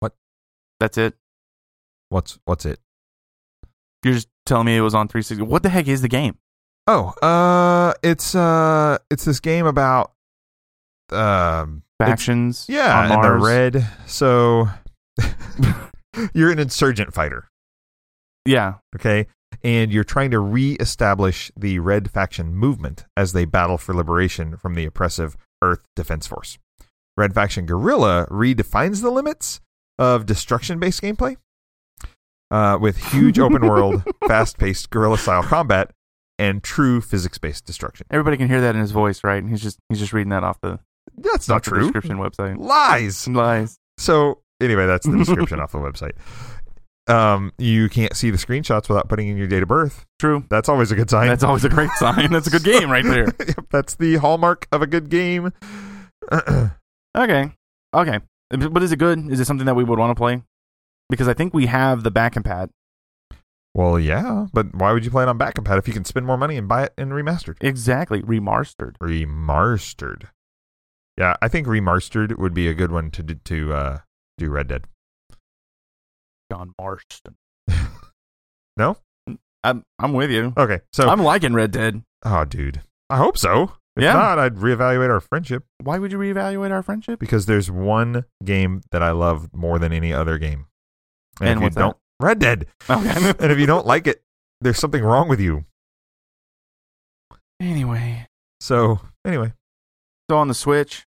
What? That's it. What's what's it? You're just telling me it was on 360. What the heck is the game? Oh, uh, it's uh, it's this game about um, Factions. yeah, On and Mars. they're red. So you're an insurgent fighter, Yeah. okay, and you're trying to reestablish the Red Faction movement as they battle for liberation from the oppressive Earth Defense Force. Red Faction Guerrilla redefines the limits of destruction-based gameplay uh, with huge open-world, fast-paced guerrilla-style combat and true physics-based destruction. Everybody can hear that in his voice, right? And he's just he's just reading that off the, That's not off the true. description website. Lies. Some lies. So anyway, that's the description off the website. Um, you can't see the screenshots without putting in your date of birth. True. That's always a good sign. That's always a great sign. That's a good game right there. Yep, that's the hallmark of a good game. Okay. Okay. But but is it good? Is it something that we would want to play? Because I think we have the back and pad. well, yeah, but why would you play it on backup pad if you can spend more money and buy it and remastered? Exactly. Remastered. Remastered. Yeah, I think remastered would be a good one to do, to uh, do Red Dead. John Marston. No? I'm I'm with you. Okay, so I'm liking Red Dead. oh, dude, I hope so. If Yeah. not, I'd reevaluate our friendship. Why would you reevaluate our friendship? because there's one game that I love more than any other game. And, And if you what's that? don't Red Dead. Okay. and if you don't like it, there's something wrong with you. Anyway, So anyway. so on the Switch,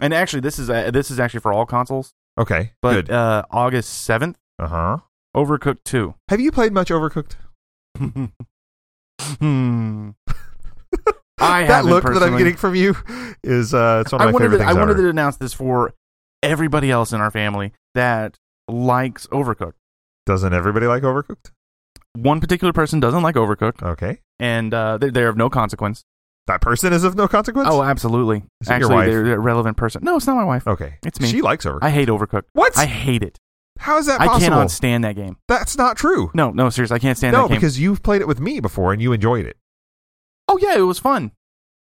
and actually this is uh, this is actually for all consoles. Okay. But good. uh, August seventh, Uh huh. Overcooked Two. Have you played much Overcooked? hmm. I that haven't look that I'm personally. getting from you is uh it's one of I my wanted favorite to, I things wanted ever. to announce this for everybody else in our family that likes Overcooked. Doesn't everybody like Overcooked? One particular person doesn't like Overcooked, Okay. and uh, they're, they're of no consequence. That person is of no consequence? Oh, absolutely. Is it your Actually, wife? they're they're a relevant person. No, it's not my wife. okay. It's me. She likes Overcooked. I hate Overcooked. what? I hate it. How is that I possible? cannot stand that game. That's not true. No, no, seriously, I can't stand No, that game. because you've played it with me before and you enjoyed it. oh yeah, it was fun.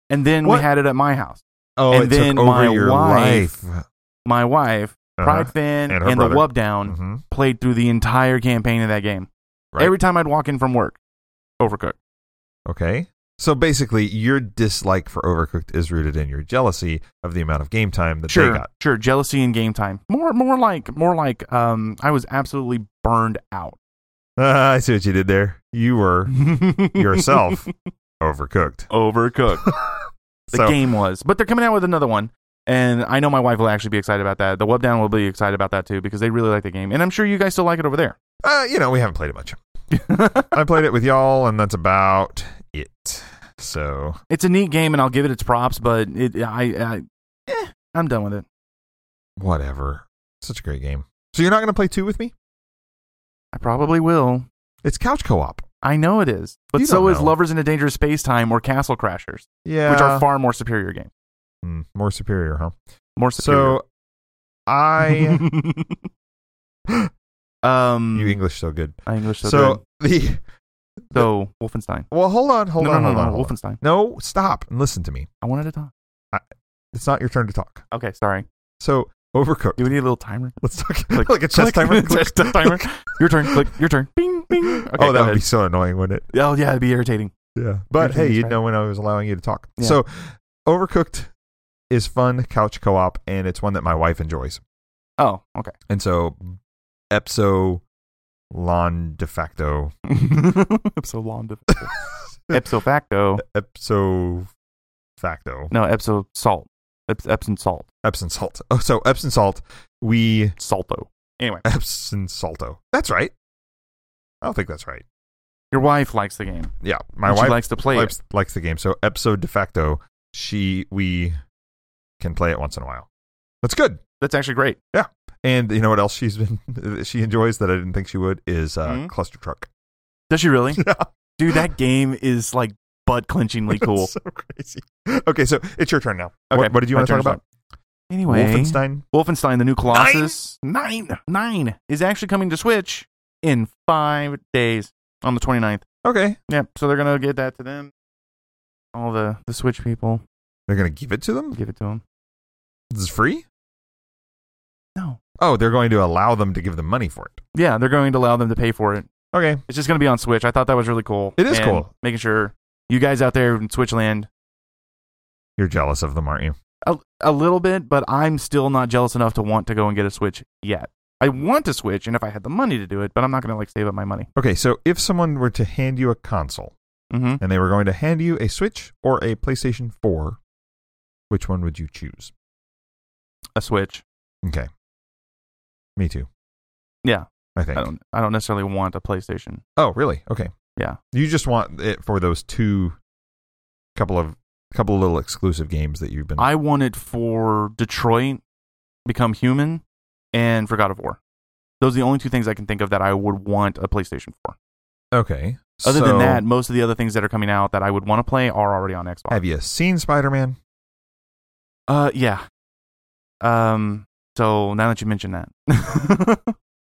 And then What? we had it at my house. Oh, And it then took over my your wife- life. My wife, Pride Fan, Uh-huh. And and, her the brother. Wub Down hmm played through the entire campaign of that game. Right. Every time I'd walk in from work, Overcooked. Okay. So basically, your dislike for Overcooked is rooted in your jealousy of the amount of game time that Sure, they got. sure. Jealousy and game time. More, more like, more like. Um, I was absolutely burned out Ah, I see what you did there. You were yourself overcooked. Overcooked. The so, game was, but they're coming out with another one, and I know my wife will actually be excited about that. The web down will be excited about that too because they really like the game, and I'm sure you guys still like it over there. uh, you know, we haven't played it much. I played it with y'all, and that's about it. So, It's a neat game, and I'll give it its props, but it, I, I eh, I'm done with it. whatever. Such a great game. So, you're not going to play two with me? I probably will. It's couch co op. I know it is, but You don't so is know. Lovers in a Dangerous Space Time or Castle Crashers, Yeah. which are far more superior games. Hmm, more superior, huh? More superior. So, I. um, you English so good. I English so, so good. the. So Wolfenstein. Well, hold on, hold no, on, no, hold no, on. no, hold on. Wolfenstein. No, stop and listen to me. I wanted to talk. It's not your turn to talk. Okay, sorry. So Overcooked. Do we need a little timer? Let's talk like, a chess click, timer. chess timer. Your turn. Click. Your turn. Bing, bing. Okay, oh, that would go be ahead. so annoying, wouldn't it? Oh, yeah, it'd be irritating. Yeah. But Usually hey, it's you'd fine. know when I was allowing you to talk. Yeah. So, Overcooked is fun couch co op, and it's one that my wife enjoys. Oh, okay. And so, Epso Lon de facto. Ipso long. Ipso facto. Epso facto. No, Epso salt. Eps- Epsom salt. Epsom salt. Oh, so Epsom salt. We. Salto. Anyway, Epsom salto. That's right. I don't think that's right. your wife likes the game. Yeah. My And wife she likes to play likes, likes the game. So episode de facto, she we can play it once in a while. That's good. it. That's actually great. And you know what else she's been that she enjoys that I didn't think she would is uh, Mhm. cluster truck. Does she really? Yeah. Dude, that game is like butt clenchingly cool. That's so crazy. Okay, so it's your turn now. Okay, What, what did you my want to talk turn's about? up. Anyway, Wolfenstein. Wolfenstein. the new Colossus. Nine. Nine. is actually coming to Switch in five days on the 29th. Okay, Yeah, so they're going to get that to them. All the, the Switch people they're gonna give it to them. give it to them. This is free. No. Oh, they're going to allow them to give them money for it. Yeah, they're going to allow them to pay for it. Okay, It's just going to be on Switch. I thought that was really cool. It is And cool. Making sure you guys out there in Switch land you're jealous of them, aren't you? a, a little bit, but I'm still not jealous enough to want to go and get a Switch yet. I want to Switch, and if I had the money to do it, but I'm not going to like save up my money. Okay, so if someone were to hand you a console Mm-hmm. and they were going to hand you a Switch or a PlayStation 4, which one would you choose? A Switch. Okay. Me too. Yeah. I think. I don't. I don't necessarily want a PlayStation. oh, really? Okay. Yeah. You just want it for those two couple of couple of little exclusive games that you've been I want it for Detroit, Become Human, and for God of War. Those are the only two things I can think of that I would want a PlayStation for. Okay. Other So, than that, most of the other things that are coming out that I would want to play are already on Xbox. have you seen Spider-Man? Uh, yeah. Um. So now that you mention that,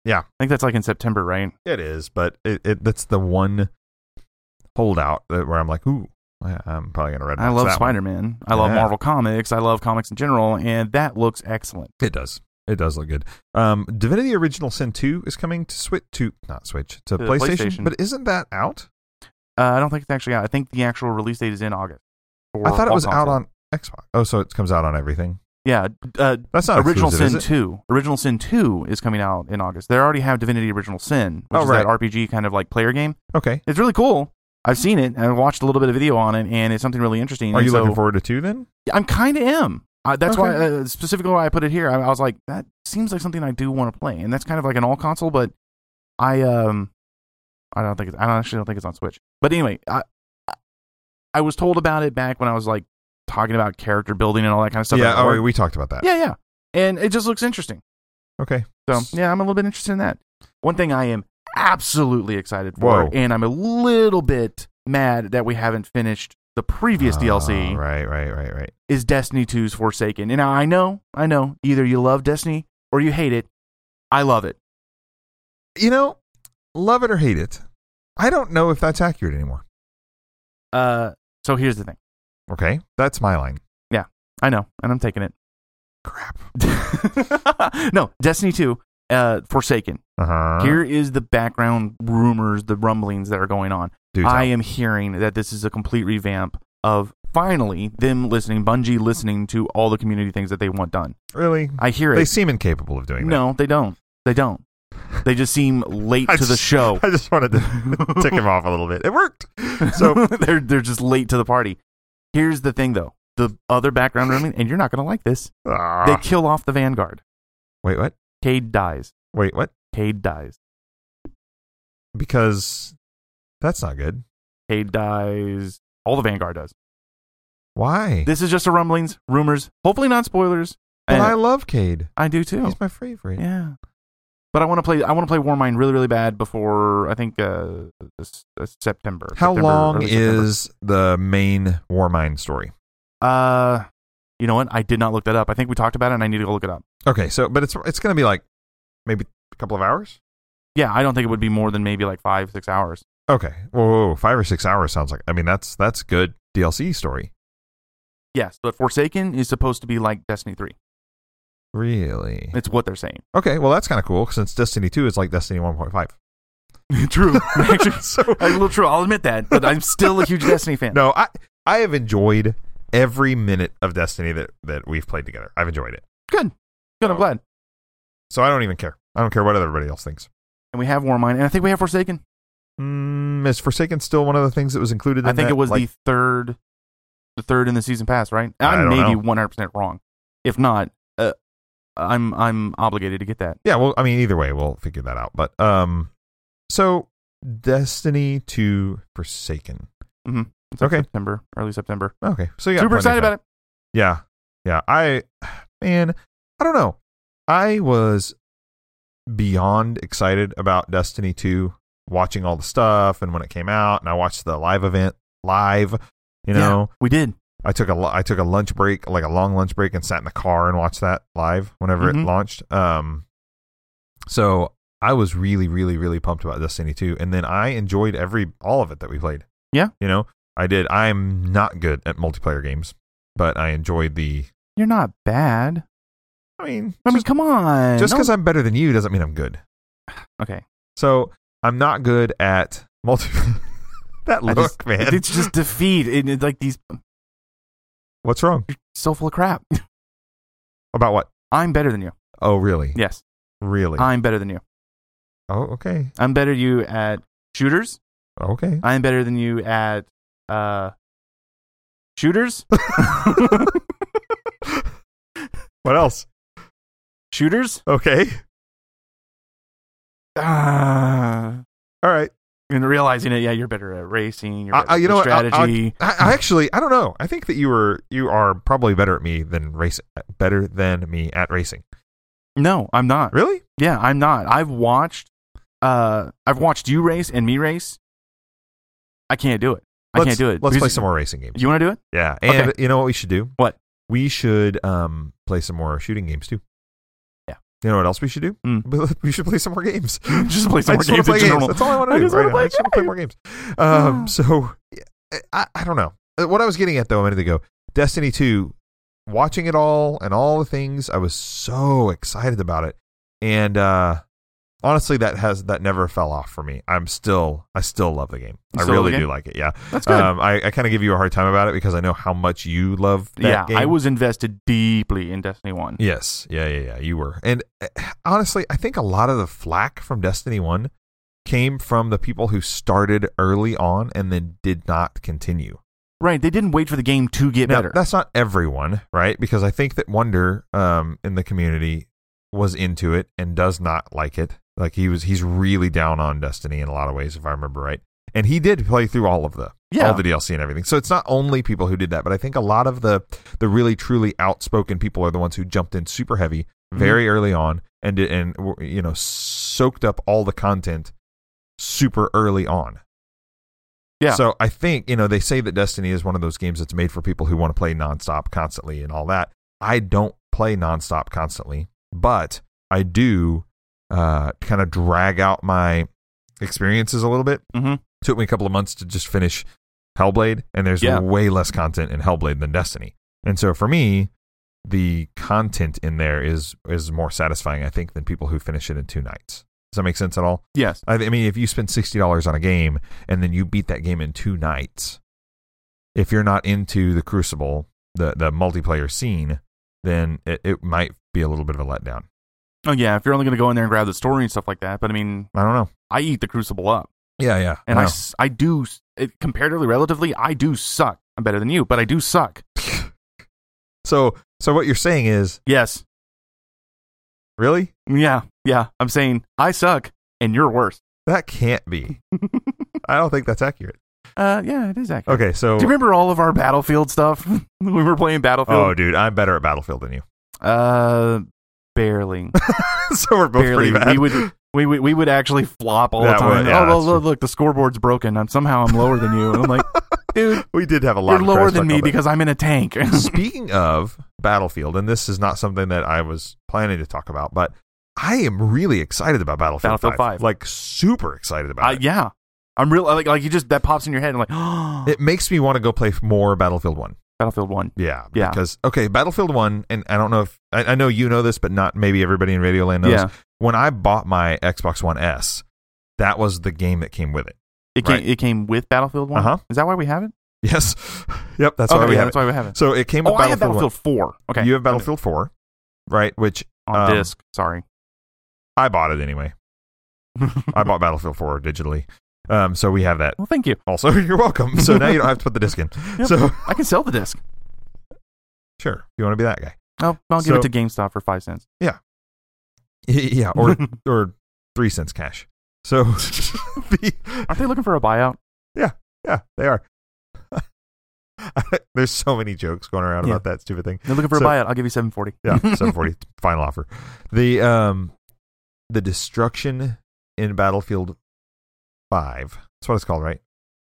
Yeah. I think that's like in September, right? It is, but it, it that's the one holdout that where I'm like, "Ooh, I- I'm probably going to red I box love that one. Spider Man. I love Yeah. Marvel Comics. I love comics in general, and that looks excellent. It does. It does look good. Um, Divinity Original Sin 2 is coming to Switch to not Switch to, To PlayStation, PlayStation. but isn't that out? Uh, I don't think it's actually out. I think the actual release date is in August. for I thought it all was out consoles. on Xbox. Oh, so it comes out on everything. Yeah, uh, That's not Original Oh, exclusive, Sin is it? Two. Original Sin Two is coming out in August. They already have Divinity Original Sin, which Oh, is right. that RPG kind of like player game. Okay. It's really cool. I've seen it and I watched a little bit of video on it, and it's something really interesting. Are And you so looking forward to 2 then? I'm kind of am. Uh, that's why Okay. uh, specifically why I put it here. I, I was like, that seems like something I do want to play, and that's kind of like an all console. But I um, I don't think it's, I don't actually don't think it's on Switch. But anyway, I I- I was told about it back when I was like talking about character building and all that kind of stuff. yeah, at oh, work. we talked about that. yeah, yeah, and it just looks interesting. Okay. So yeah, I'm a little bit interested in that. One thing I am absolutely excited for, Whoa. and I'm a little bit mad that we haven't finished the previous Ah, DLC Right, right, right, right. is Destiny 2's Forsaken. And now I know, I know, either you love Destiny or you hate it. I love it. You know, love it or hate it, I don't know if that's accurate anymore. Uh, so here's the thing. Okay. That's my line. I know, and I'm taking it. Crap. no, Destiny 2, uh, Forsaken. Uh-huh. Here is the background rumors, the rumblings that are going on. Do tell. I am hearing that this is a complete revamp of finally them listening, Bungie listening to all the community things that they want done. really? I hear They it. seem incapable of doing no, they don't. They don't. They just seem late I to the just- show. that. I just wanted to tick him off a little bit. It worked. So So they're they're just late to the party. Here's the thing though. The other background rooming, and you're not gonna like this. Ah. They kill off the Vanguard. Wait, what? Cade dies. Wait, what? Cade dies. Because that's not good. Cade dies. All the Vanguard does. Why? This is just a rumblings, rumors, hopefully not spoilers. but And I love Cade. I do too. He's my favorite. Oh. Yeah. But I want to play. I want to play Warmind really, really bad before I think uh, s- uh, September. How September, long early September. is the main Warmind story? Uh, you know what? I did not look that up. I think we talked about it, and I need to go look it up. Okay, so but it's it's gonna be like maybe a couple of hours. Yeah, I don't think it would be more than maybe like five, six hours. Okay, whoa, whoa, whoa, five or six hours sounds like. I mean, that's that's good DLC story. Yes, but Forsaken is supposed to be like Destiny 3. Really? It's what they're saying. Okay, well that's kind of cool since Destiny 2 is like Destiny 1.5. true. Actually, So a little true. I'll admit that, but I'm still a huge Destiny fan. no, I I have enjoyed every minute of Destiny that that we've played together. I've enjoyed it. Good. Good. I'm glad. So I don't even care. I don't care what everybody else thinks. And we have Warmind, and I think we have Forsaken. Mm, is Forsaken still one of the things that was included? In I think that? it was Like, the third, the third in the season pass, right? I don't I'm maybe know. 100 percent wrong. If not, uh, I'm I'm obligated to get that. yeah. Well, I mean, either way, we'll figure that out. But um, so Destiny 2 Forsaken. It's like Okay. September, early September. Okay, so yeah, Super excited about it. Yeah. Yeah. I, man, I don't know. I was beyond excited about Destiny 2, watching all the stuff and when it came out, and I watched the live event live. You Yeah. know, We did. I took a lu- I took a lunch break, like a long lunch break, and sat in the car and watched that live whenever it Mhm. launched. Um, so I was really, really, really pumped about Destiny 2, and then I enjoyed every all of it that we played. Yeah. you know, I did. I'm not good at multiplayer games, but I enjoyed the. You're not bad. I mean, I mean, just- come on. just No- because I'm better than you doesn't mean I'm good. okay, So I'm not good at multi. that I look, just- man. it's just defeat. It, it's like these What's wrong so full of crap. about what? I'm better than you. Oh, really? Yes, Really? I'm better than you. oh, okay. I'm better than you at shooters. Okay. I'm better than you at uh shooters. What else? shooters. Okay. Ah. All right. and realizing it, yeah, you're better at racing. You're I- better I- you at know what, I- I- strategy. I, I actually, I don't know. I think that you were, you are probably better at me than race, better than me at racing. no, I'm not. Really? Yeah, I'm not. I've watched, uh, I've watched you race and me race. I can't do it. I Let's- can't do it. Let's play Because- some more racing games. You want to do it? yeah, and okay. you know what we should do? What? We should um play some more shooting games too. Yeah. You know what else we should do? Mm. We should play some more games. just play I some more just want games to play in games. general. That's all I want to I do. just right wanna now. play I just want to play more games. Um, so I, I don't know Uh, what I was getting at though a minute ago. Destiny two, watching it all and all the things, I was so excited about it, and uh, honestly, that has that never fell off for me. I'm still, I still love the game. You I still love really the do game? like it. Yeah. That's good. Um, I, I kind of give you a hard time about it because I know how much you love. That yeah, game. I was invested deeply in Destiny One. Yes. Yeah, yeah, yeah. You were. And uh, honestly, I think a lot of the flack from Destiny 1 came from the people who started early on and then did not continue. Right? They didn't wait for the game to get Now, better. That's not everyone, right? Because I think that Wonder um, in the community was into it and does not like it. Like he was he's really down on Destiny in a lot of ways if I remember right. And he did play through all of the Yeah. all the DLC and everything. So it's not only people who did that, but I think a lot of the the really truly outspoken people are the ones who jumped in super heavy Mm-hmm. very early on and did, and were, you know soaked up all the content super early on. Yeah. So I think you know they say that Destiny is one of those games that's made for people who want to play nonstop constantly and all that. I don't play nonstop constantly, but I do uh, kind of drag out my experiences a little bit. Mhm. Took me a couple of months to just finish Hellblade, and there's Yeah. way less content in Hellblade than Destiny. And so for me, the content in there is is more satisfying, I think, than people who finish it in two nights. Does that make sense at all? yes. I, I mean, if you spend sixty dollars on a game and then you beat that game in two nights, if you're not into the Crucible, the the multiplayer scene, then it, it might be a little bit of a letdown. Oh yeah. If you're only going to go in there and grab the story and stuff like that, but I mean, I don't know. I eat the Crucible up, Yeah, yeah. and I I know. s- I do s- it, comparatively, relatively, I do suck. I'm better than you, but I do suck. so so what you're saying is Yes. really Yeah. Yeah. I'm saying I suck, and you're worse. that can't be. I don't think that's accurate. Uh, yeah, it is accurate. Okay, so Do you remember all of our Battlefield stuff when we were playing oh, Battlefield? dude, I'm better at Battlefield than you. Uh, barely, so we're both barely. pretty bad. We would, we would, we would actually flop all That the time. would- yeah, oh, that's look, look, look, the scoreboard's broken. I'm somehow I'm lower than you. And I'm like, dude, We did have a lot. you're of lower trash than talk me on that. because I'm in a tank. Speaking of Battlefield, and this is not something that I was planning to talk about, but I am really excited about Battlefield, Battlefield 5. Like super excited about uh, it. yeah, I'm real. Like, like you just that pops in your head. I'm like, oh, It makes me want to go play more Battlefield One. Battlefield One. Yeah, Yeah. Because okay, Battlefield One, and I don't know if I, I know you know this, but not maybe everybody in Radio Land knows. Yeah. When I bought my Xbox One S, that was the game that came with it. It came Right. it came with Battlefield One. Uh-huh. Is that why we have it? Yes, yep, that's okay, why we yeah, have that's it. why we have it. So it came oh, with I have Battlefield, Battlefield Four. Okay, One. You have Battlefield Four, right? Which on um, disc. Sorry. I bought it anyway. Uh, Mm-hmm. I bought Battlefield Four digitally, um, so we have that. well, thank you. Also, you're welcome. So now you don't have to put the disc in. Yep. So I can sell the disc. sure, you want to be that guy? Oh, I'll give So- it to GameStop for five cents. Yeah, or or three cents cash. So the, Aren't they looking for a buyout? Yeah, they are. There's so many jokes going around Yeah. about that stupid thing. They're looking for So- a buyout. I'll give you seven forty. Yeah, 740 final offer. The um the destruction in Battlefield 5. That's what it's called, right?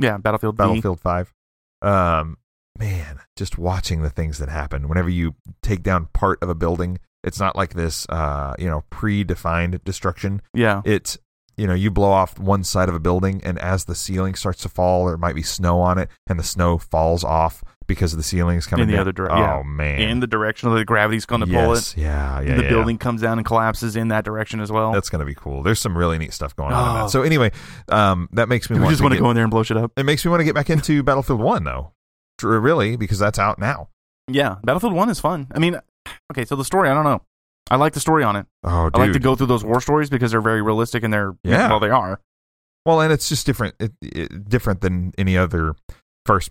Yeah, Battlefield. Battlefield. Battlefield 5. Um man, just watching the things that happen whenever you take down part of a building, it's not like this uh, you know, predefined destruction Yeah. it's you know you blow off one side of a building and as the ceiling starts to fall there might be snow on it and the snow falls off because the ceiling is coming the down. other dire- oh yeah. man In the direction of the gravity's going to pull it. yes. yeah yeah the yeah. building comes down and collapses in that direction as well. that's gonna be cool there's some really neat stuff going on in Oh. that so anyway um that makes me we want just to want to get- go in there and blow shit up. it makes me want to get back into battlefield one though Tr- really because that's out now Yeah, Battlefield One is fun. I mean, okay, so the story, I don't know. I like the story on it. oh dude I like to go through those war stories because they're very realistic and they're Yeah. well, they are. well and it's just different it, it, different than any other first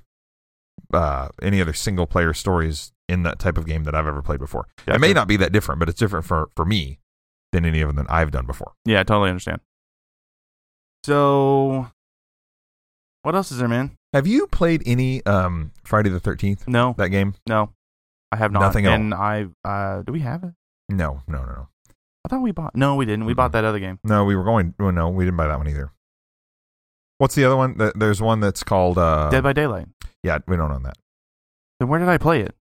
uh any other single player stories in that type of game that i've ever played before Yeah, it may sure. not be that different, but it's different for, for me than any of them that I've done before. Yeah, I totally understand. So, what else is there, man? Have you played any um, Friday the Thirteenth? No, That game? no, I have not. Nothing at all. and I uh, do we have it? No, no, no, no. I thought we bought. No, we didn't. We Mm-mm. bought that other game. No, we were going. Well, no, we didn't buy that one either. What's the other one? Th- There's one that's called. Uh, Dead by Daylight. yeah, we don't own that. Then where did I play it?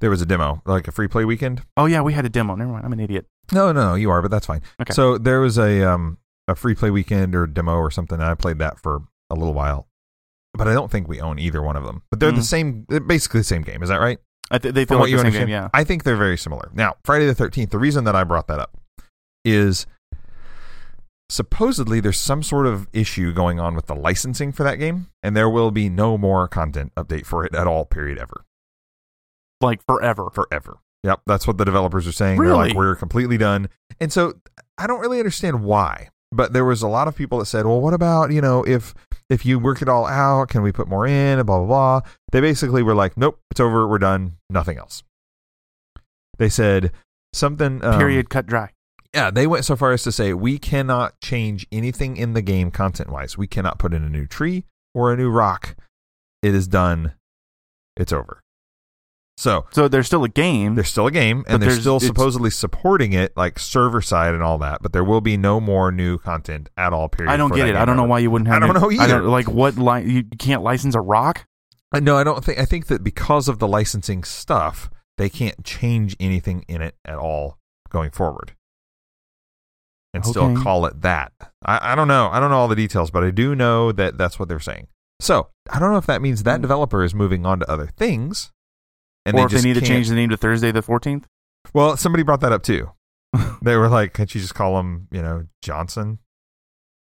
There was a demo, like a free play weekend. Oh yeah, we had a demo. Never mind. I'm an idiot. No, no, you are, but that's fine. Okay. So there was a um a free play weekend or demo or something, and I played that for a little while. But I don't think we own either one of them. But they're the Mm. same, they're basically the same game. Is that right? I th- they from feel what like you the same understand, game. Yeah. I think they're very similar. Now, Friday the Thirteenth. The reason that I brought that up is supposedly there's some sort of issue going on with the licensing for that game, and there will be no more content update for it at all. Period. Ever. Like forever. Forever. Yep. That's what the developers are saying. They're like, Really? we're completely done. And so I don't really understand why. But there was a lot of people that said, well, what about you know if if you work it all out, can we put more in? And blah blah blah. They basically were like, nope, it's over. We're done. Nothing else. They said something. Um, Period. Cut dry. Yeah, they went so far as to say we cannot change anything in the game content wise. We cannot put in a new tree or a new rock. It is done. It's over. So So there's still a game. there's still a game, Mm-hmm. But and they're there's- still it's- supposedly supporting it, like server side and all that. But there will be no more new content at all. Period. I don't for get that it. game I don't know ever. why you wouldn't have. I don't it. know either. like what? Li- you you can't license a rock. Uh, No, I don't think. I think that because of the licensing stuff, they can't change anything in it at all going forward, and still Okay. call it that. I, I don't know. I don't know all the details, but I do know that that's what they're saying. So I don't know if that means that developer is moving on to other things, and Hmm. or they if they just need to can't- change the name to Thursday the 14th. Well, somebody brought that up too. they were like, "Can't you just call him, you know, Johnson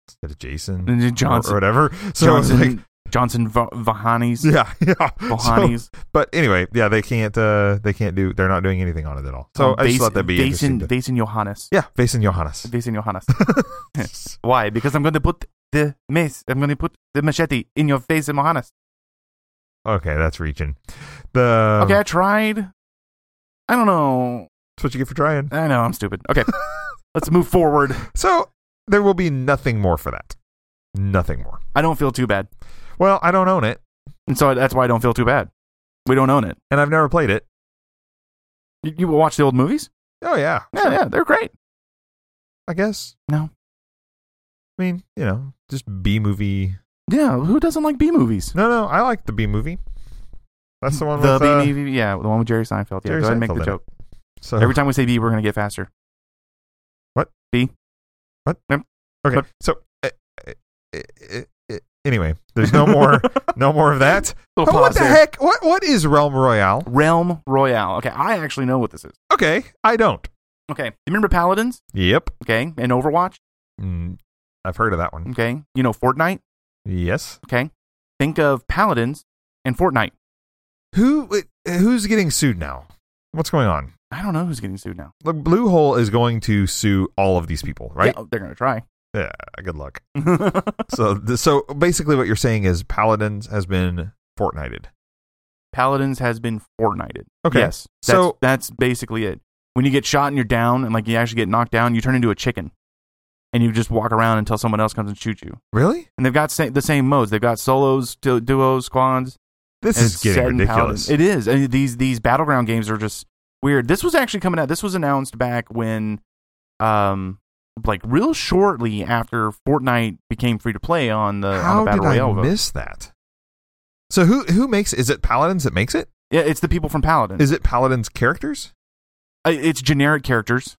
instead of Jason or- Johnson. or whatever?" So Johnson. it's like, Johnson Va- Vahani's. yeah, yeah. So- Vahani's. but anyway, yeah, they can't. Uh, they can't do. They're not doing anything on it at all. So Um, I just Dace- thought that'd be Dacen, interesting. to- Dacen Johannes. yeah, Jason Johannes. Dacen Johannes. Why? Because I'm going to put the mace. I'm going to put the machete in your face, Johannes. okay, that's reaching. The um, okay, I tried. I don't know. that's what you get for trying. I know I'm stupid. Okay, let's move forward. So there will be nothing more for that. Nothing more. I don't feel too bad, Well, I don't own it, and so that's why I don't feel too bad. We don't own it. and I've never played it. You, you watch the old movies? Oh yeah, Yeah, yeah, they're great. I guess. No. I mean, you know, just B movie. Yeah, who doesn't like B movies? No, no, I like the B movie. That's the one The with B uh, movie, yeah, the one with Jerry Seinfeld. Yeah, Jerry go ahead and make Seinfeld the in joke. So Every time we say B, we're gonna get faster. What? B? What? Yep. Okay, eh, But- so uh, uh, uh, uh, Anyway, there's no more no more of that. But Little what pause the there. heck? What what is Realm Royale? Realm Royale. Okay, I actually know what this is. Okay, I don't. Okay, you remember Paladins? Yep. Okay, and Overwatch. Mm, I've heard of that one. Okay, you know Fortnite. Yes. Okay, think of Paladins and Fortnite. Who eh, who's getting sued now? What's going on? I don't know who's getting sued now. The Blue Hole is going to sue all of these people, right? Yeah, they're gonna try. Yeah. Good luck. so th- so basically, what you're saying is Paladins has been Fortnited. Paladins has been Fortnited. Okay. Yes. That's, So- that's basically it. When you get shot and you're down, and like you actually get knocked down, you turn into a chicken, and you just walk around until someone else comes and shoots you. Really? And they've got sa- the same modes. They've got solos, du- duos, squads. This and is it's getting set in ridiculous. Paladin. It is. And these these battleground games are just weird. This was actually coming out. This was announced back when, um, like real shortly after Fortnite became free to play uh, on the, on the How did battle I royale. vote. miss that? So who who makes is it Paladins that makes it? Yeah, it's the people from Paladin. Is it Paladins characters? Uh, it's generic characters.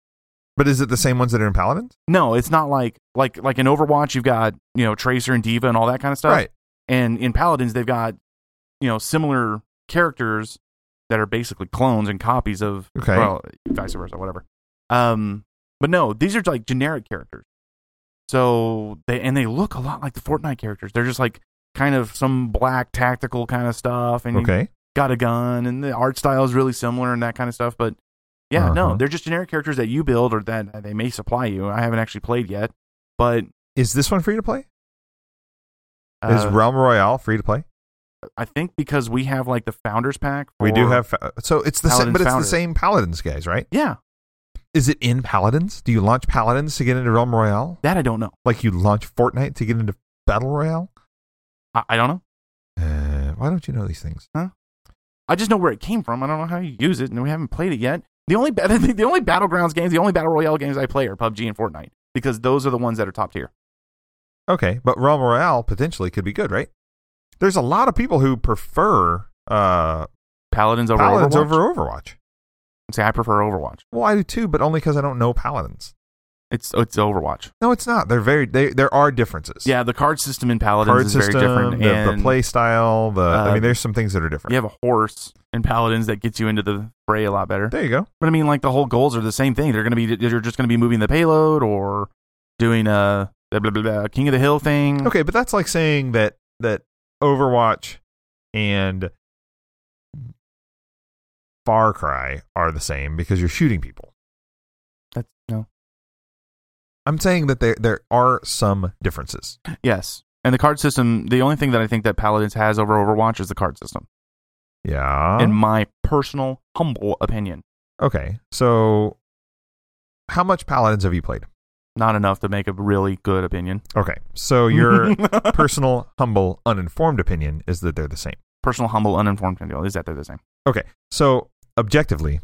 But is it the same ones that are in Paladins? No, it's not like like like in Overwatch. You've got you know Tracer and Diva and all that kind of stuff. Right. And in Paladins, they've got you know similar characters that are basically clones and copies of Okay. well, vice versa, whatever. Um, but no, these are like generic characters. So they and they look a lot like the Fortnite characters. They're just like kind of some black tactical kind of stuff, and you Okay. got a gun, and the art style is really similar and that kind of stuff. But yeah, Uh-huh. no, they're just generic characters that you build or that they may supply you. I haven't actually played yet, but Is this one free to play? is uh, Realm Royale free to play? I think because we have like the founders pack. We do for- have fa- so it's the same, Paladins but it's the Founders. same Paladins guys, right? yeah. Is it in Paladins? Do you launch Paladins to get into Realm Royale? That I don't know. Like you launch Fortnite to get into Battle Royale? I, I don't know. Uh, why don't you know these things? I just know where it came from. I don't know how you use it, and we haven't played it yet. The only ba- the only battlegrounds games, the only battle royale games I play are PUBG and Fortnite because those are the ones that are top tier. Okay, but Realm Royale potentially could be good, right? There's a lot of people who prefer uh, Paladins over Paladins Overwatch. over Overwatch. See, I prefer Overwatch. Well, I do too, but only because I don't know Paladins. It's it's Overwatch. No, it's not. They're very they, there are differences. Yeah, the card system in Paladins card is system, very different. the, and the play style. The I uh, mean, there's some things that are different. you have a horse in Paladins that gets you into the fray a lot better. There you go. But I mean, like the whole goals are the same thing. They're gonna be you're just gonna be moving the payload or doing a blah, blah, blah, blah, King of the Hill thing. Okay, but that's like saying that that Overwatch and Far Cry are the same because you're shooting people. That's no. I'm saying that there there are some differences. Yes. And the card system, the only thing that I think that Paladins has over Overwatch is the card system, Yeah. in my personal, humble opinion. okay. So how much Paladins have you played? Not enough to make a really good opinion. Okay. So your personal humble uninformed opinion is that they're the same. personal, humble, uninformed opinion is that they're the same. Okay. So objectively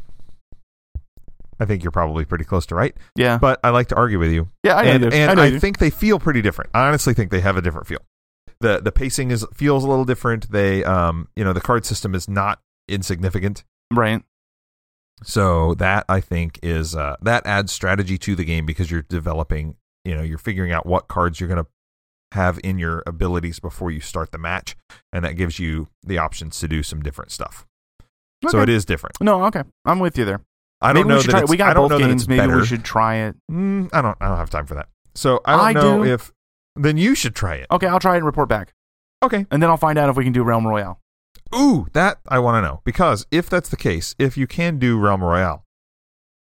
I think you're probably pretty close to right, Yeah. but I like to argue with you. yeah, I know. and, you do. and I, know I, you do. think they feel pretty different. I honestly think they have a different feel. the The pacing is feels a little different. They, um, you know, the card system is not insignificant. Right. So that I think is uh, that adds strategy to the game because you're developing. You know, you're figuring out what cards you're going to have in your abilities before you start the match, and that gives you the options to do some different stuff. So Okay. it is different. No, okay. I'm with you there. I maybe don't we know should that try it's- We got I don't both know that games. it's Maybe better. we should try it. Mm, I don't. I don't have time for that. So I I don't know do. if. Then you should try it. Okay, I'll try it and report back. Okay. And then I'll find out if we can do Realm Royale. Ooh, that I want to know because if that's the case, if you can do Realm Royale,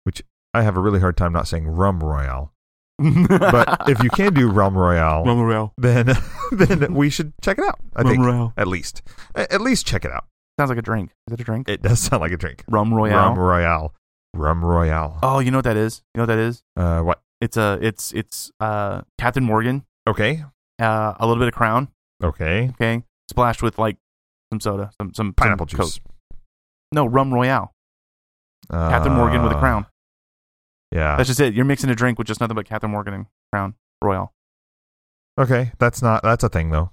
which I have a really hard time not saying Rum Royale, but if you can do Realm Royale, Realm Royale. then then we should check it out. I Rum think Royale. at least A- at least check it out. Sounds like a drink. Is it a drink? It does sound like a drink. Rum Royale. Rum Royale, Rum Royale. oh, you know what that is? You know what that is? Uh, what? It's a it's it's uh Captain Morgan, Okay, uh a little bit of Crown, okay. okay, splashed with like some soda, some some Pineapple some juice. Coke. No, Rum Royale. Uh, Captain Morgan with a Crown. Yeah. That's just it. You're mixing a drink with just nothing but Captain Morgan and Crown Royale. Okay, that's not that's a thing though.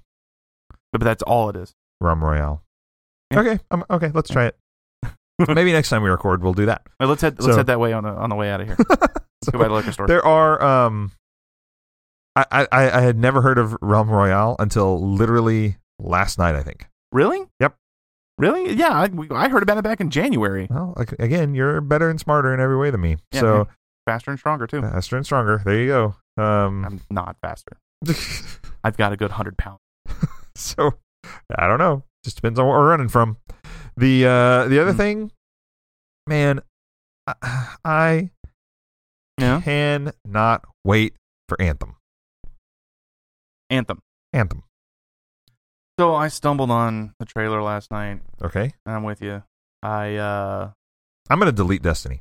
But, but that's all it is. Rum Royale. Yeah. Okay, um, okay. Let's try it. Maybe next time we record, we'll do that. All right, let's head let's So- head that way on the on the way out of here. So- Go by the liquor store. There are um I, I, I had never heard of Realm Royale until literally last night, I think. Really? Yep. Mm. Really? Yeah, I, we, I heard about it back in January. Well, ag- again, you're better and smarter in every way than me. Yeah, so uh, Faster and stronger too. faster and stronger. There you go. Um, I'm not faster. I've got a good hundred pounds. so I don't know. Just depends on what we're running from. The uh, the other Mm. thing, man, I, I Yeah. can not wait for Anthem. Anthem. Anthem. So I stumbled on the trailer last night. Okay, I'm with you. I uh I'm gonna delete Destiny.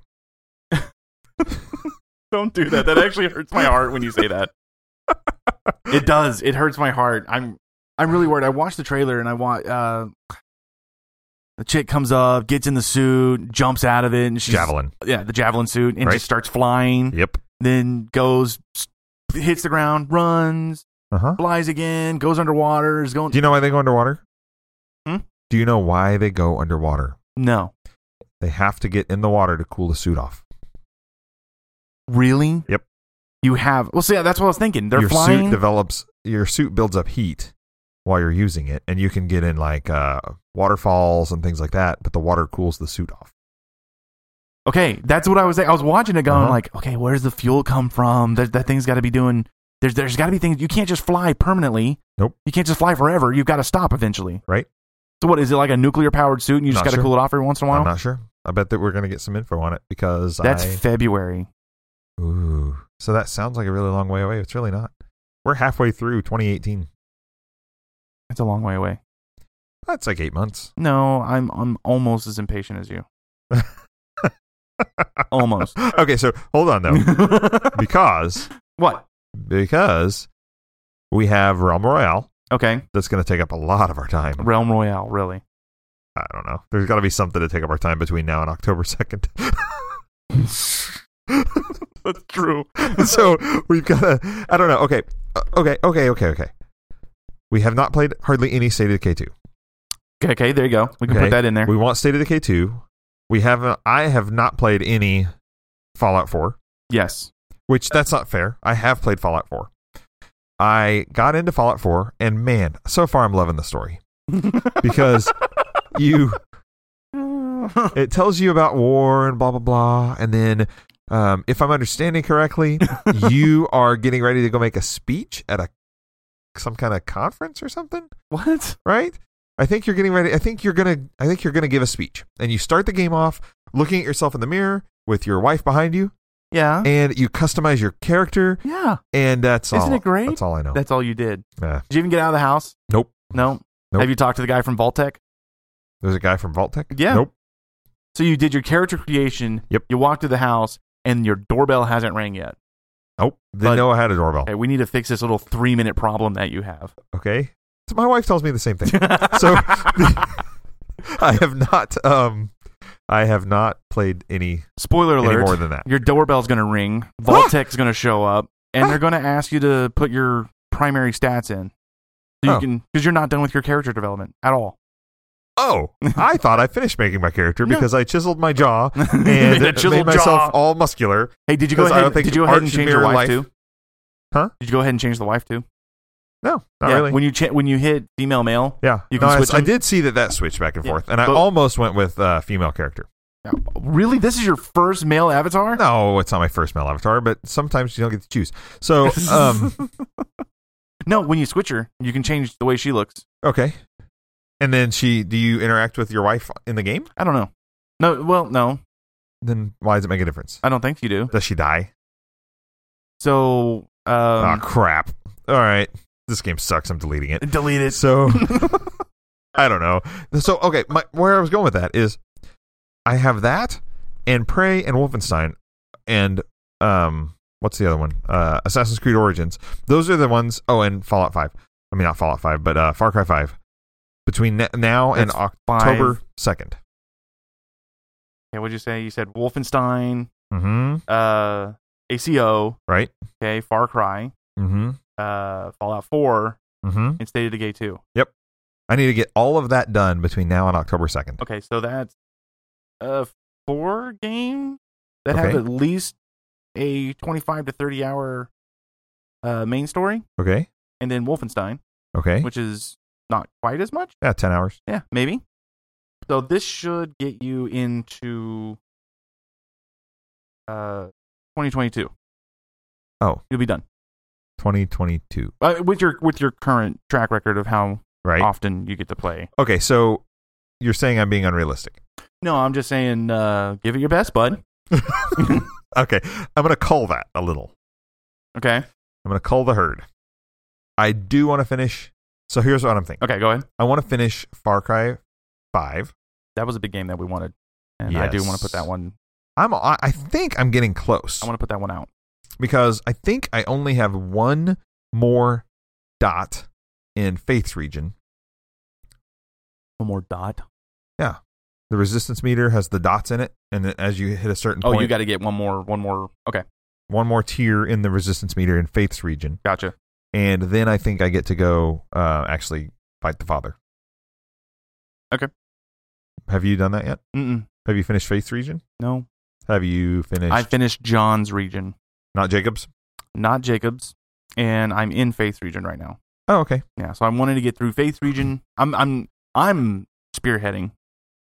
don't do that. That actually hurts my heart when you say that. it does. It hurts my heart. I'm I'm really worried. I watched the trailer and I want uh the chick comes up, gets in the suit, jumps out of it, and she's Javelin. yeah, the javelin suit, and Right. just starts flying. Yep. Then goes, hits the ground, runs, Uh huh. flies again, goes underwater, is going. Do you know why they go underwater? Hmm? Do you know why they go underwater? No, They have to get in the water to cool the suit off. really? Yep. You have well, see, yeah, that's what I was thinking. They're your flying. suit develops your suit builds up heat while you're using it and you can get in like uh, waterfalls and things like that but the water cools the suit off okay, that's what I was. I was watching it, going Uh-huh. like, okay, where's the fuel come from? That that thing's got to be doing. There's there's got to be things you can't just fly permanently. Nope. You can't just fly forever. You've got to stop eventually. Right. So what is it like a nuclear powered suit and you just Not got to sure. cool it off every once in a i'm while? not sure i bet that we're going to get some info on it because That's I, February. ooh so that sounds like a really long way away it's really not we're halfway through 2018 That's a long way away. that's like eight months No, I'm I'm almost as impatient as you. almost. okay so hold on though because what? because we have realm royale Okay. that's going to take up a lot of our time Realm Royale, really. I don't know. There's got to be something to take up our time between now and October 2nd. That's true. so we've got to, I don't know. Okay. Uh, okay. Okay. Okay. Okay. We have not played hardly any State of Decay 2. Okay, okay, there you go. We can Okay. put that in there. We want State of Decay 2. We haven't, I have not played any Fallout 4, yes. which that's not fair. I have played Fallout 4. I got into Fallout 4, and man, so far I'm loving the story because you it tells you about war and blah blah blah and then um, if i'm understanding correctly you are getting ready to go make a speech at a some kind of conference or something what? right i think you're getting ready i think you're gonna i think you're gonna give a speech and you start the game off looking at yourself in the mirror with your wife behind you Yeah. and you customize your character Yeah. and that's Isn't all it great? that's all i know That's all you did. Yeah. Did you even get out of the house? Nope. No. Nope. Have you talked to the guy from Voltec? there's a guy from vault tech Yeah. nope So you did your character creation. Yep. You walked through the house and your doorbell hasn't rang yet. nope didn't But- know i had a doorbell Okay, we need to fix this little three minute problem that you have. okay so my wife tells me the same thing So- I have not. Um, I have not played any, spoiler any more alert: than that. your doorbell's going to ring, Voltec's going to show up, and they're going to ask you to put your primary stats in. So you Oh. can because you're not done with your character development at all. Oh, I thought I finished making my character No. because I chiseled my jaw and Made a made chiseled myself jaw. all muscular. Hey, did you go Because I ahead? don't think Did you go ahead and Arch change your Mirror wife Life- too? Huh? Did you go ahead and change the wife too? No, not yeah. really. When you cha- when you hit female male, yeah, you No, can I- switch I, them. did see that that switched back and Yeah, forth, and I but- almost went with uh, female character. really? This is your first male avatar? No, it's not my first male avatar, but sometimes you don't get to choose. So, um, No, when you switch her, you can change the way she looks. okay. And then she, do you interact with your wife in the game? I don't know. No, well, no, Then why does it make a difference? I don't think you do. Does she die? So, Ah, um, crap. All right. This game sucks. I'm deleting it. delete it. So I don't know. So okay, my, where I was going with that is I have that and Prey and Wolfenstein and um what's the other one? Uh Assassin's Creed Origins. Those are the ones oh and Fallout 5. I mean not Fallout 5, but uh Far Cry 5 between n- now and That's October 2nd. Okay, what'd you say? You said Wolfenstein, Mhm. uh, ACO, Right? okay, Far Cry, Mhm. uh, Fallout 4, Mhm. and State of Decay 2. I need to get all of that done between now and October 2nd. Okay, so that's uh four game that have Okay. at least a 25 to 30 hour uh, main story, Okay. and then Wolfenstein, Okay. which is not quite as much. yeah, 10 hours. Yeah, maybe. So this should get you into uh 2022. Oh. You'll be done 2022. uh, with your with your current track record of how Right. often you get to play. Okay. So you're saying I'm being unrealistic. No, I'm just saying, uh, give it your best, bud. Okay. I'm going to cull that a little. Okay. I'm going to cull the herd. I do want to finish. So here's what I'm thinking. Okay, go ahead. I want to finish Far Cry 5. That was a big game that we wanted, and I do Yes. want to put that one. I'm I I think I'm getting close I want to put that one out. because I think I only have one more dot in Faith's region. One more dot. The resistance meter has the dots in it and then as you hit a certain Oh, point you got to get one more. One more. Okay, one more tier in the resistance meter in Faith's region gotcha. and then I think I get to go uh, actually fight the father. Okay. Have you done that yet? Mm-mm. Have you finished Faith's region? No, Have you finished I finished John's region, not Jacob's? not Jacob's, and I'm in Faith region right now. Oh, okay. Yeah, so I'm wanting to get through Faith region. I'm I'm I'm spearheading,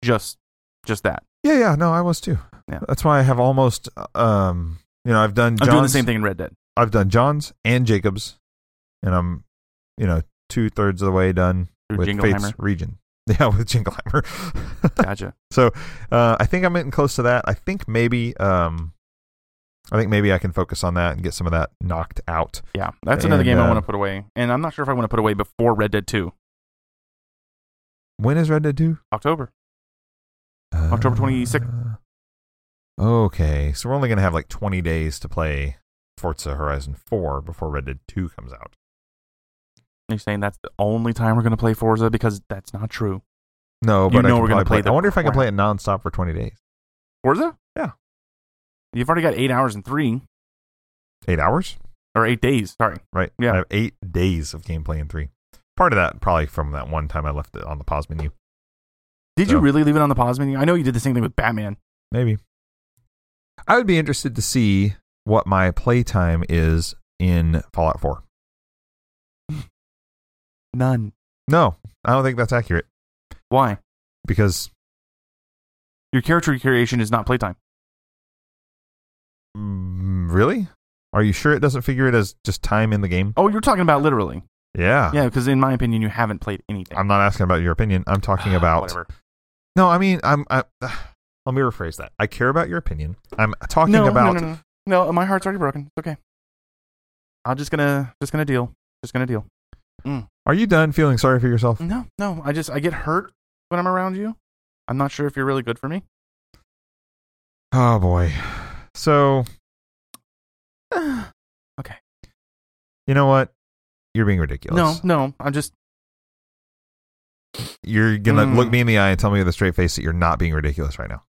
just just that. Yeah, yeah, no, I was too. Yeah. That's why I have almost um you know, I've done I'm John's, doing the same thing in Red Dead. I've done John's and Jacob's and I'm you know, two thirds of the way done Through with Jingleheimer. Faith's region. Yeah, with Jingleheimer. Gotcha. uh I think I'm getting close to that. I think maybe um I think maybe I can focus on that and get some of that knocked out. Yeah, that's another And, game I uh, want to put away, and I'm not sure if I want to put away before Red Dead Two, When is Red Dead 2? October. Uh, October 26th. Okay, so we're only going to have like 20 days to play Forza Horizon 4 before Red Dead 2 comes out. You're saying that's the only time we're going to play Forza because that's not true. No, You but know I we're going gonna to play the I wonder if I can crap. play it nonstop for 20 days. Forza? Yeah. You've already got eight hours and three Eight hours, or eight days. Sorry. right? Yeah. I have eight days of gameplay in three. Part of that probably from that one time I left it on the pause menu. Did So- you really leave it on the pause menu? I know you did the same thing with Batman. Maybe. I would be interested to see what my playtime is in Fallout 4. None. No, I don't think that's accurate Why? because Your character creation is not playtime. mm, really? Are you sure it doesn't figure it as just time in the game? Oh, you're talking about literally. Yeah. Yeah, because in my opinion, you haven't played anything. Ah. I'm not asking about your opinion. I'm talking about Ah, Whatever. No, I mean, I'm I, let me rephrase that. I care about your opinion. I'm talking no, about no, no, no, no. My heart's already broken. It's okay. I'm just gonna just gonna deal. Just gonna deal. Are you done feeling sorry for yourself? No, no. I just I get hurt when I'm around you. I'm not sure if you're really good for me. Oh boy. So, no, you know what? You're being ridiculous. no. I'm just You're going to Mm. look me in the eye and tell me with a straight face that you're not being ridiculous right now.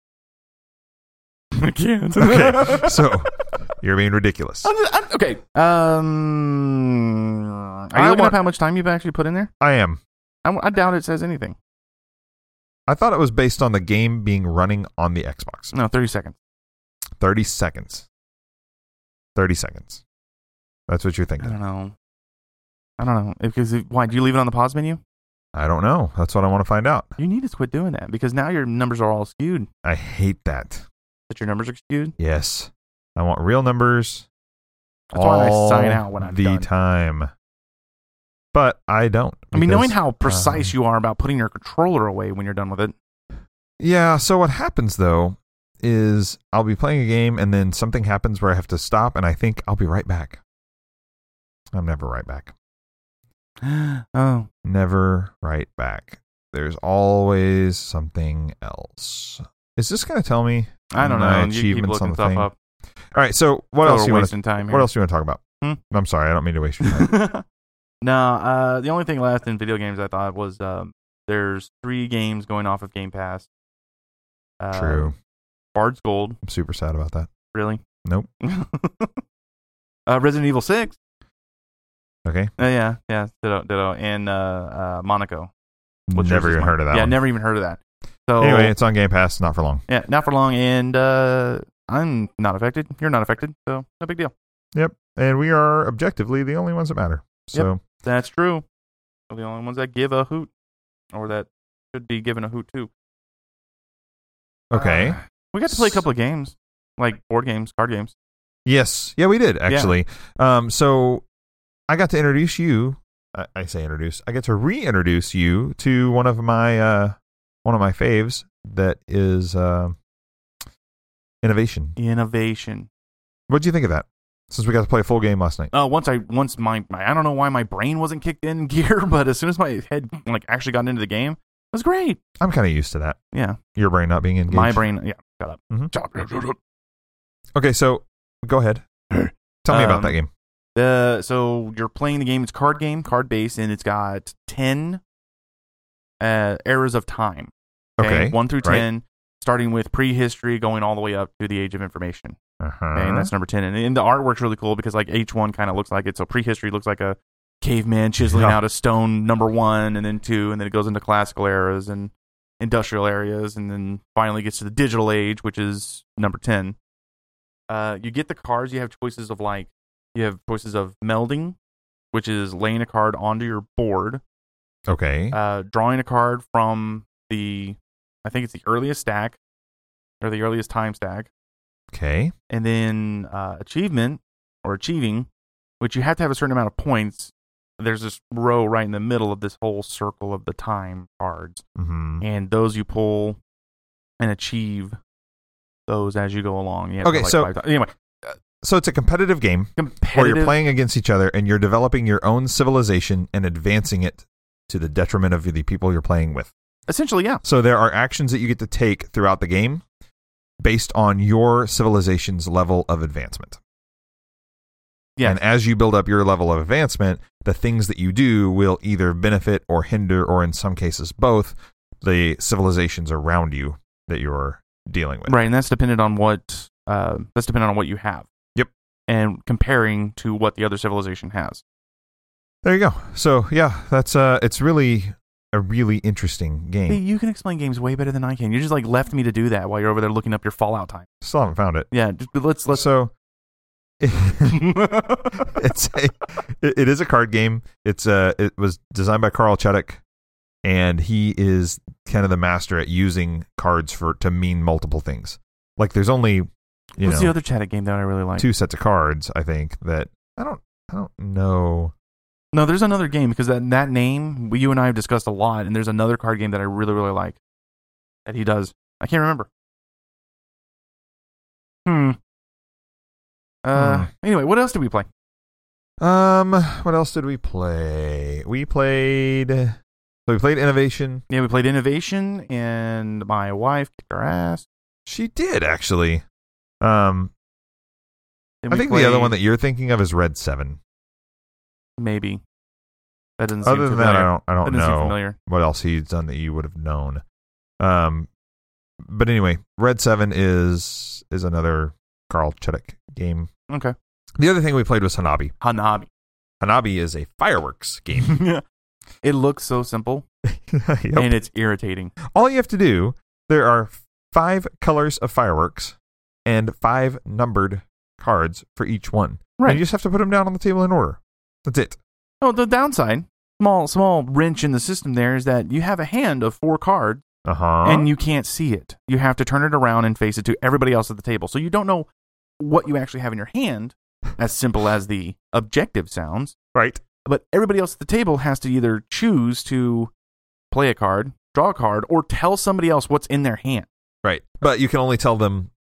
I can't. Okay. so, you're being ridiculous. I'm just- I'm- okay. Um, are you I looking want- up how much time you've actually put in there? I am. I, I doubt it says anything. I thought it was based on the game being running on the Xbox. No, thirty seconds. 30 seconds. 30 seconds. That's what you're I thinking. don't know. I don't know because if, why do you leave it on the pause menu? I don't know. That's what I want to find out. You need to quit doing that because now your numbers are all skewed. I hate that. That your numbers are skewed. Yes. I want real numbers. That's why I all sign out when I'm the done. time. But I don't. I mean, knowing because- how precise um, you are about putting your controller away when you're done with it. Yeah. So what happens though is I'll be playing a game and then something happens where I have to stop and I think I'll be right back. I'm never right back. oh, Never right back. There's always something else. Is this going to tell me? I don't My know. You keep achievements on looking the stuff thing. up. All right. So what So else we're do you want? To, wasting time? what else do you want to talk about? Hmm? I'm sorry. I don't mean to waste your time. no, uh, the only thing left in video games I thought was um, there's three games going off of Game Pass. Uh, True. Bard's Gold, I'm super sad about that. really? Nope. uh, Resident Evil Six. Okay. Uh, yeah, yeah, ditto, ditto, and uh, uh, Monaco. which never is even mine. heard of that. Yeah, one. never even heard of that. So Anyway, it's on Game Pass. Not for long. yeah, not for long, and uh, I'm not affected. You're not affected, so no big deal. Yep. and we are objectively the only ones that matter. So That's true. We're the only ones that give a hoot, or that should be given a hoot to. okay, Uh, we got to play a couple of games, like board games, card games. yes, yeah, we did actually. Um, so I got to introduce you. I, I say introduce. I get to reintroduce you to one of my uh, one of my faves that is uh, innovation. Innovation. What do you think of that? Since we got to play a full game last night. Uh, once I once my, my I don't know why my brain wasn't kicked in gear, but as soon as my head like actually got into the game, it was great. I'm kind of used to that. Yeah, Your brain not being engaged. my brain. Yeah, shut up. Mhm. Shut up. Okay, so go ahead. Tell me about Um, that game. Uh, so you're playing the game. It's a card game, card based, and it's got ten uh, eras of time. Okay. one through right. ten, starting with prehistory, going all the way up to the age of information. Uh-huh. Okay, and that's number ten. And, and the artwork's really cool because like each one kind of looks like it. So prehistory looks like a caveman chiseling Yeah. out a stone. Number one, and then two, and then it goes into classical eras and industrial areas, and then finally gets to the digital age, which is number ten. Uh, you get the cards. You have choices of like you have choices of melding, which is laying a card onto your board, okay. uh, drawing a card from the, I think it's the earliest stack or the earliest time stack, okay. and then uh, achievement or achieving, which you have to have a certain amount of points. There's this row right in the middle of this whole circle of the time cards, hmm and those you pull and achieve those as you go along. You have to, Okay, like, so- five ti- anyway, So it's a competitive game where competitive. you're playing against each other and you're developing your own civilization and advancing it to the detriment of the people you're playing with. essentially, yeah. So there are actions that you get to take throughout the game based on your civilization's level of advancement. Yes. And as you build up your level of advancement, the things that you do will either benefit or hinder, or in some cases, both the civilizations around you that you're dealing with. Right, and that's dependent on what uh, that's dependent on what you have. Yep. And comparing to what the other civilization has. There you go. So yeah, that's uh, it's really a really interesting Hey, game. you can explain games way better than I can. You just like left me to do that while you're over there looking up your Fallout time. Still haven't found it. Yeah, just, let's let's. So yeah, it's a, it, it is a card game. It's uh, it was designed by Carl Chuddak, and he is kind of the master at using cards for to mean multiple things. Like there's only you What's know the other Chaddock game that I really like? two sets of cards. I think that I don't I don't know. No, there's another game because that that name we, you and I have discussed a lot, and there's another card game that I really really like that he does. I can't remember. Hmm. Uh. Anyway, what else did we play? Um, what else did we play? We played. So we played Innovation. Yeah, we played Innovation, and my wife kicked our ass. She did actually. Um, Then I we think the other played- one that you're thinking of is Red Seven. maybe that doesn't. Other seem than familiar. that, I don't I That don't doesn't seem know. familiar. what else he's done that you would have known. Um, but anyway, Red Seven is is another Carl Chuddik game. Okay, The other thing we played was Hanabi. Hanabi. Hanabi is a fireworks game. it looks so simple, Yep. and it's irritating. All you have to do there are five colors of fireworks and five numbered cards for each one. Right. And you just have to put them down on the table in order. That's it. Oh, the downside, small small wrench in the system there is that you have a hand of four cards, Uh huh. and you can't see it. You have to turn it around and face it to everybody else at the table, so you don't know what you actually have in your hand. As simple as the objective sounds. right. but everybody else at the table has to either choose to play a card, draw a card, or tell somebody else what's in their hand. Right. But you can only tell them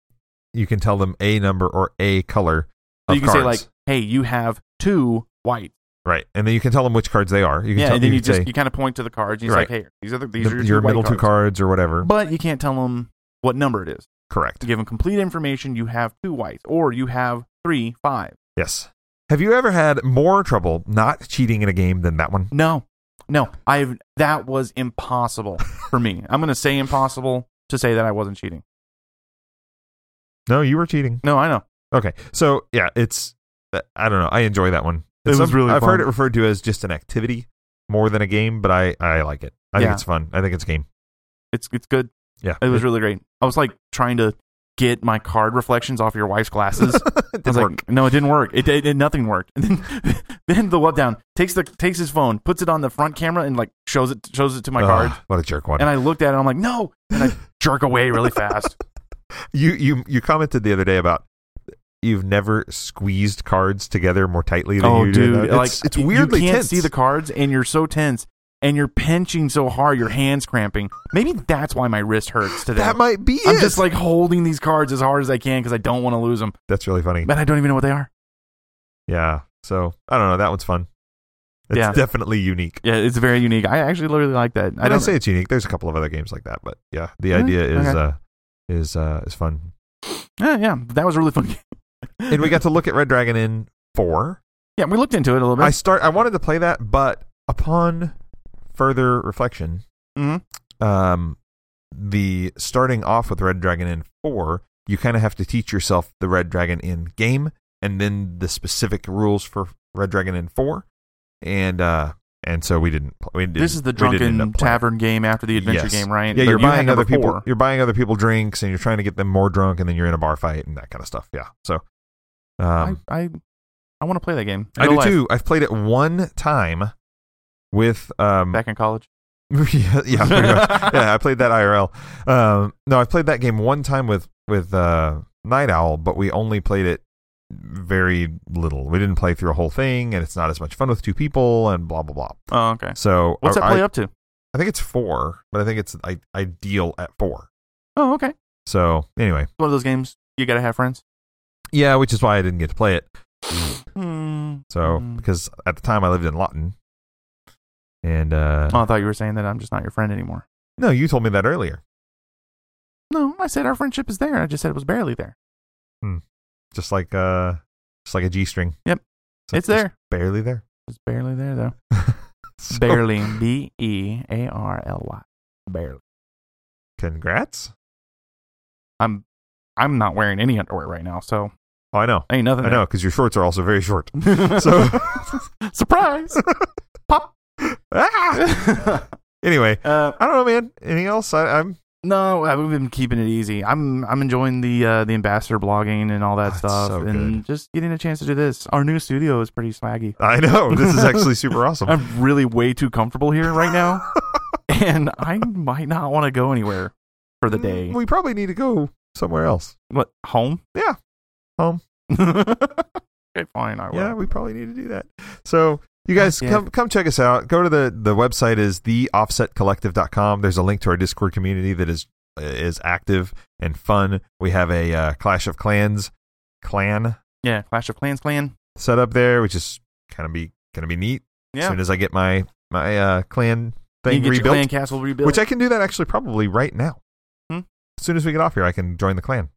you can tell them a number or a color. So of you can say cards. like, "Hey, you have two white." Right, and then you can tell them which cards they are. You can Yeah, tell and then you you can just say you kind of point to the cards. And you Right. say, "Hey, these are the, the- these are your, two your white middle two cards or whatever. But you can't tell them what number it is. Correct. To give them complete information, you have two whites, or you have three five. Yes. Have you ever had more trouble not cheating in a game than that one? No, no, I've that was impossible for me. I'm gonna say impossible to say that I wasn't cheating. No, you were cheating. No, I know. Okay, so yeah, it's I don't know. I enjoy that one. It It's was some- really I've fun. heard it referred to as just an activity more than a game, but I I like it. I Yeah. think it's fun. I think it's a game. It's it's good. Yeah, It was really great. I was like trying to get my card reflections off your wife's glasses. I was like, no, it didn't work. It, it, it- nothing worked. And then, then the web down takes the takes his phone, puts it on the front camera, and like shows it shows it to my card. Ugh, what a jerk one. And I looked at it, and I'm like, no, and I jerk away really fast. you you you commented the other day about you've never squeezed cards together more tightly than oh, you do. dude, now. It's, like it's weirdly you can't tense. see the cards, and you're so tense, and you're pinching so hard, your hands cramping. Maybe that's why my wrist hurts today. that might be I'm it. just like holding these cards as hard as I can because I don't want to lose them, That's really funny. but I don't even know what they are. Yeah. So I don't know. That one's fun. It's Yeah. definitely unique. Yeah, it's very unique. I actually really like that. I I don't don't say it's unique. There's a couple of other games like that, but yeah, the Really? idea is Okay. uh, is uh, is fun. Yeah, yeah, that was a really fun. And we got to look at Red Dragon in four. yeah, we looked into it a little bit. I start. I wanted to play that, but upon further reflection, Mhm. um, the starting off with Red Dragon in four, you kind of have to teach yourself the Red Dragon in game, and then the specific rules for Red Dragon in four, and uh, and so we didn't. pl- We didn't this is the we didn't end drunken up playing. tavern game after the adventure Yes. game, right? Yeah, But you're you had buying number other people. four. You're buying other people drinks, and you're trying to get them more drunk, and then you're in a bar fight and that kind of stuff. Yeah. So, um, I I, I want to play that game. in I, real do life, too. I've played it one time with um. Back in college. yeah, yeah, pretty much. yeah. I played that IRL. Um, no, I played that game one time with with uh, Night Owl, but we only played it very little. We didn't play through a whole thing, and it's not as much fun with two people, and blah blah blah. oh, okay. So What's I, that play I, up to? I think it's four, but I think it's I, ideal at four. Oh, okay. It's So anyway, one of those games you gotta have friends. Yeah, which is why I didn't get to play it. Hmm. So Hmm. because at the time I lived in Lawton, and uh, Oh, I thought you were saying that I'm just not your friend anymore. no, you told me that earlier. No, I said our friendship is there. I just said it was barely there. Just like uh, just like a G string. Yep. So just It's there. barely there. It's barely there though. So, barely. B E A R L Y. Barely. Congrats. I'm I'm not wearing any underwear right now, so Oh, I know. ain't nothing. I know because your shorts are also very short. there. So surprise. pop. Ah! Anyway, uh, I don't know, man. Anything else? I, I'm no, I've been keeping it easy. I'm I'm enjoying the uh, the ambassador blogging and all that Oh, it's stuff, so and good. just getting a chance to do this. Our new studio is pretty swaggy. I know this is actually super awesome. I'm really way too comfortable here right now, and I might not want to go anywhere for the day. Mm, We probably need to go somewhere else. What home? Yeah, home. okay, fine. I will. yeah, we probably need to do that. So you guys Oh, Yeah. come come check us out. Go to the the website is theoffsetcollective.com. There's a link to our Discord community that is is active and fun. We have a uh, Clash of Clans clan yeah. Clash of Clans clan. set up there, which is kind of be kind of be neat. As Yeah, soon as I get my my uh, clan you thing get your rebuilt, clan castle rebuilt. which I can do that actually probably right now. Hmm. As soon as we get off here, I can join the clan.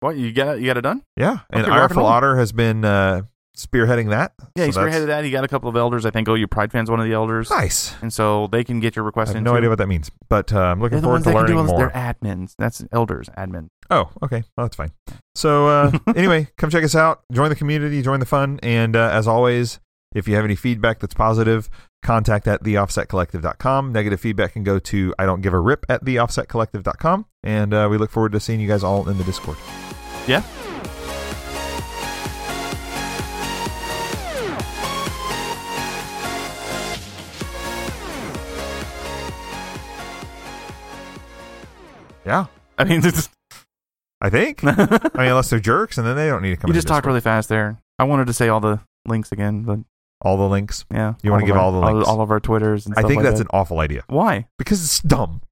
what you got? You got it done? Yeah, and Okay, rock and Ireful roll. Otter has been uh, spearheading that. Yeah, he's so that's spearheaded that. He got a couple of elders. I think OU Pride fans one of the elders, Nice. and so they can get your I request. have in no too. idea what that means, but uh, I'm They're looking the forward ones to that can do learning all this. more. They're admins. That's elders, admin. oh, okay. Well, that's fine. So, uh, anyway, come check us out. Join the community, join the fun. And uh, as always, if you have any feedback that's positive, contact at theoffsetcollective.com. Negative feedback can go to I don't give a rip at theoffsetcollective.com. And uh, we look forward to seeing you guys all in the Discord. Yeah. Yeah, I mean, it's I think. I you mean, unless they're jerks, and then they don't need to come. in just the talked Discord. really fast there. I wanted to say all the links again, but all the links. yeah. You wanna of give our- all the links? All, of our Twitters and I stuff think like that's that. an awful idea Why? because it's dumb.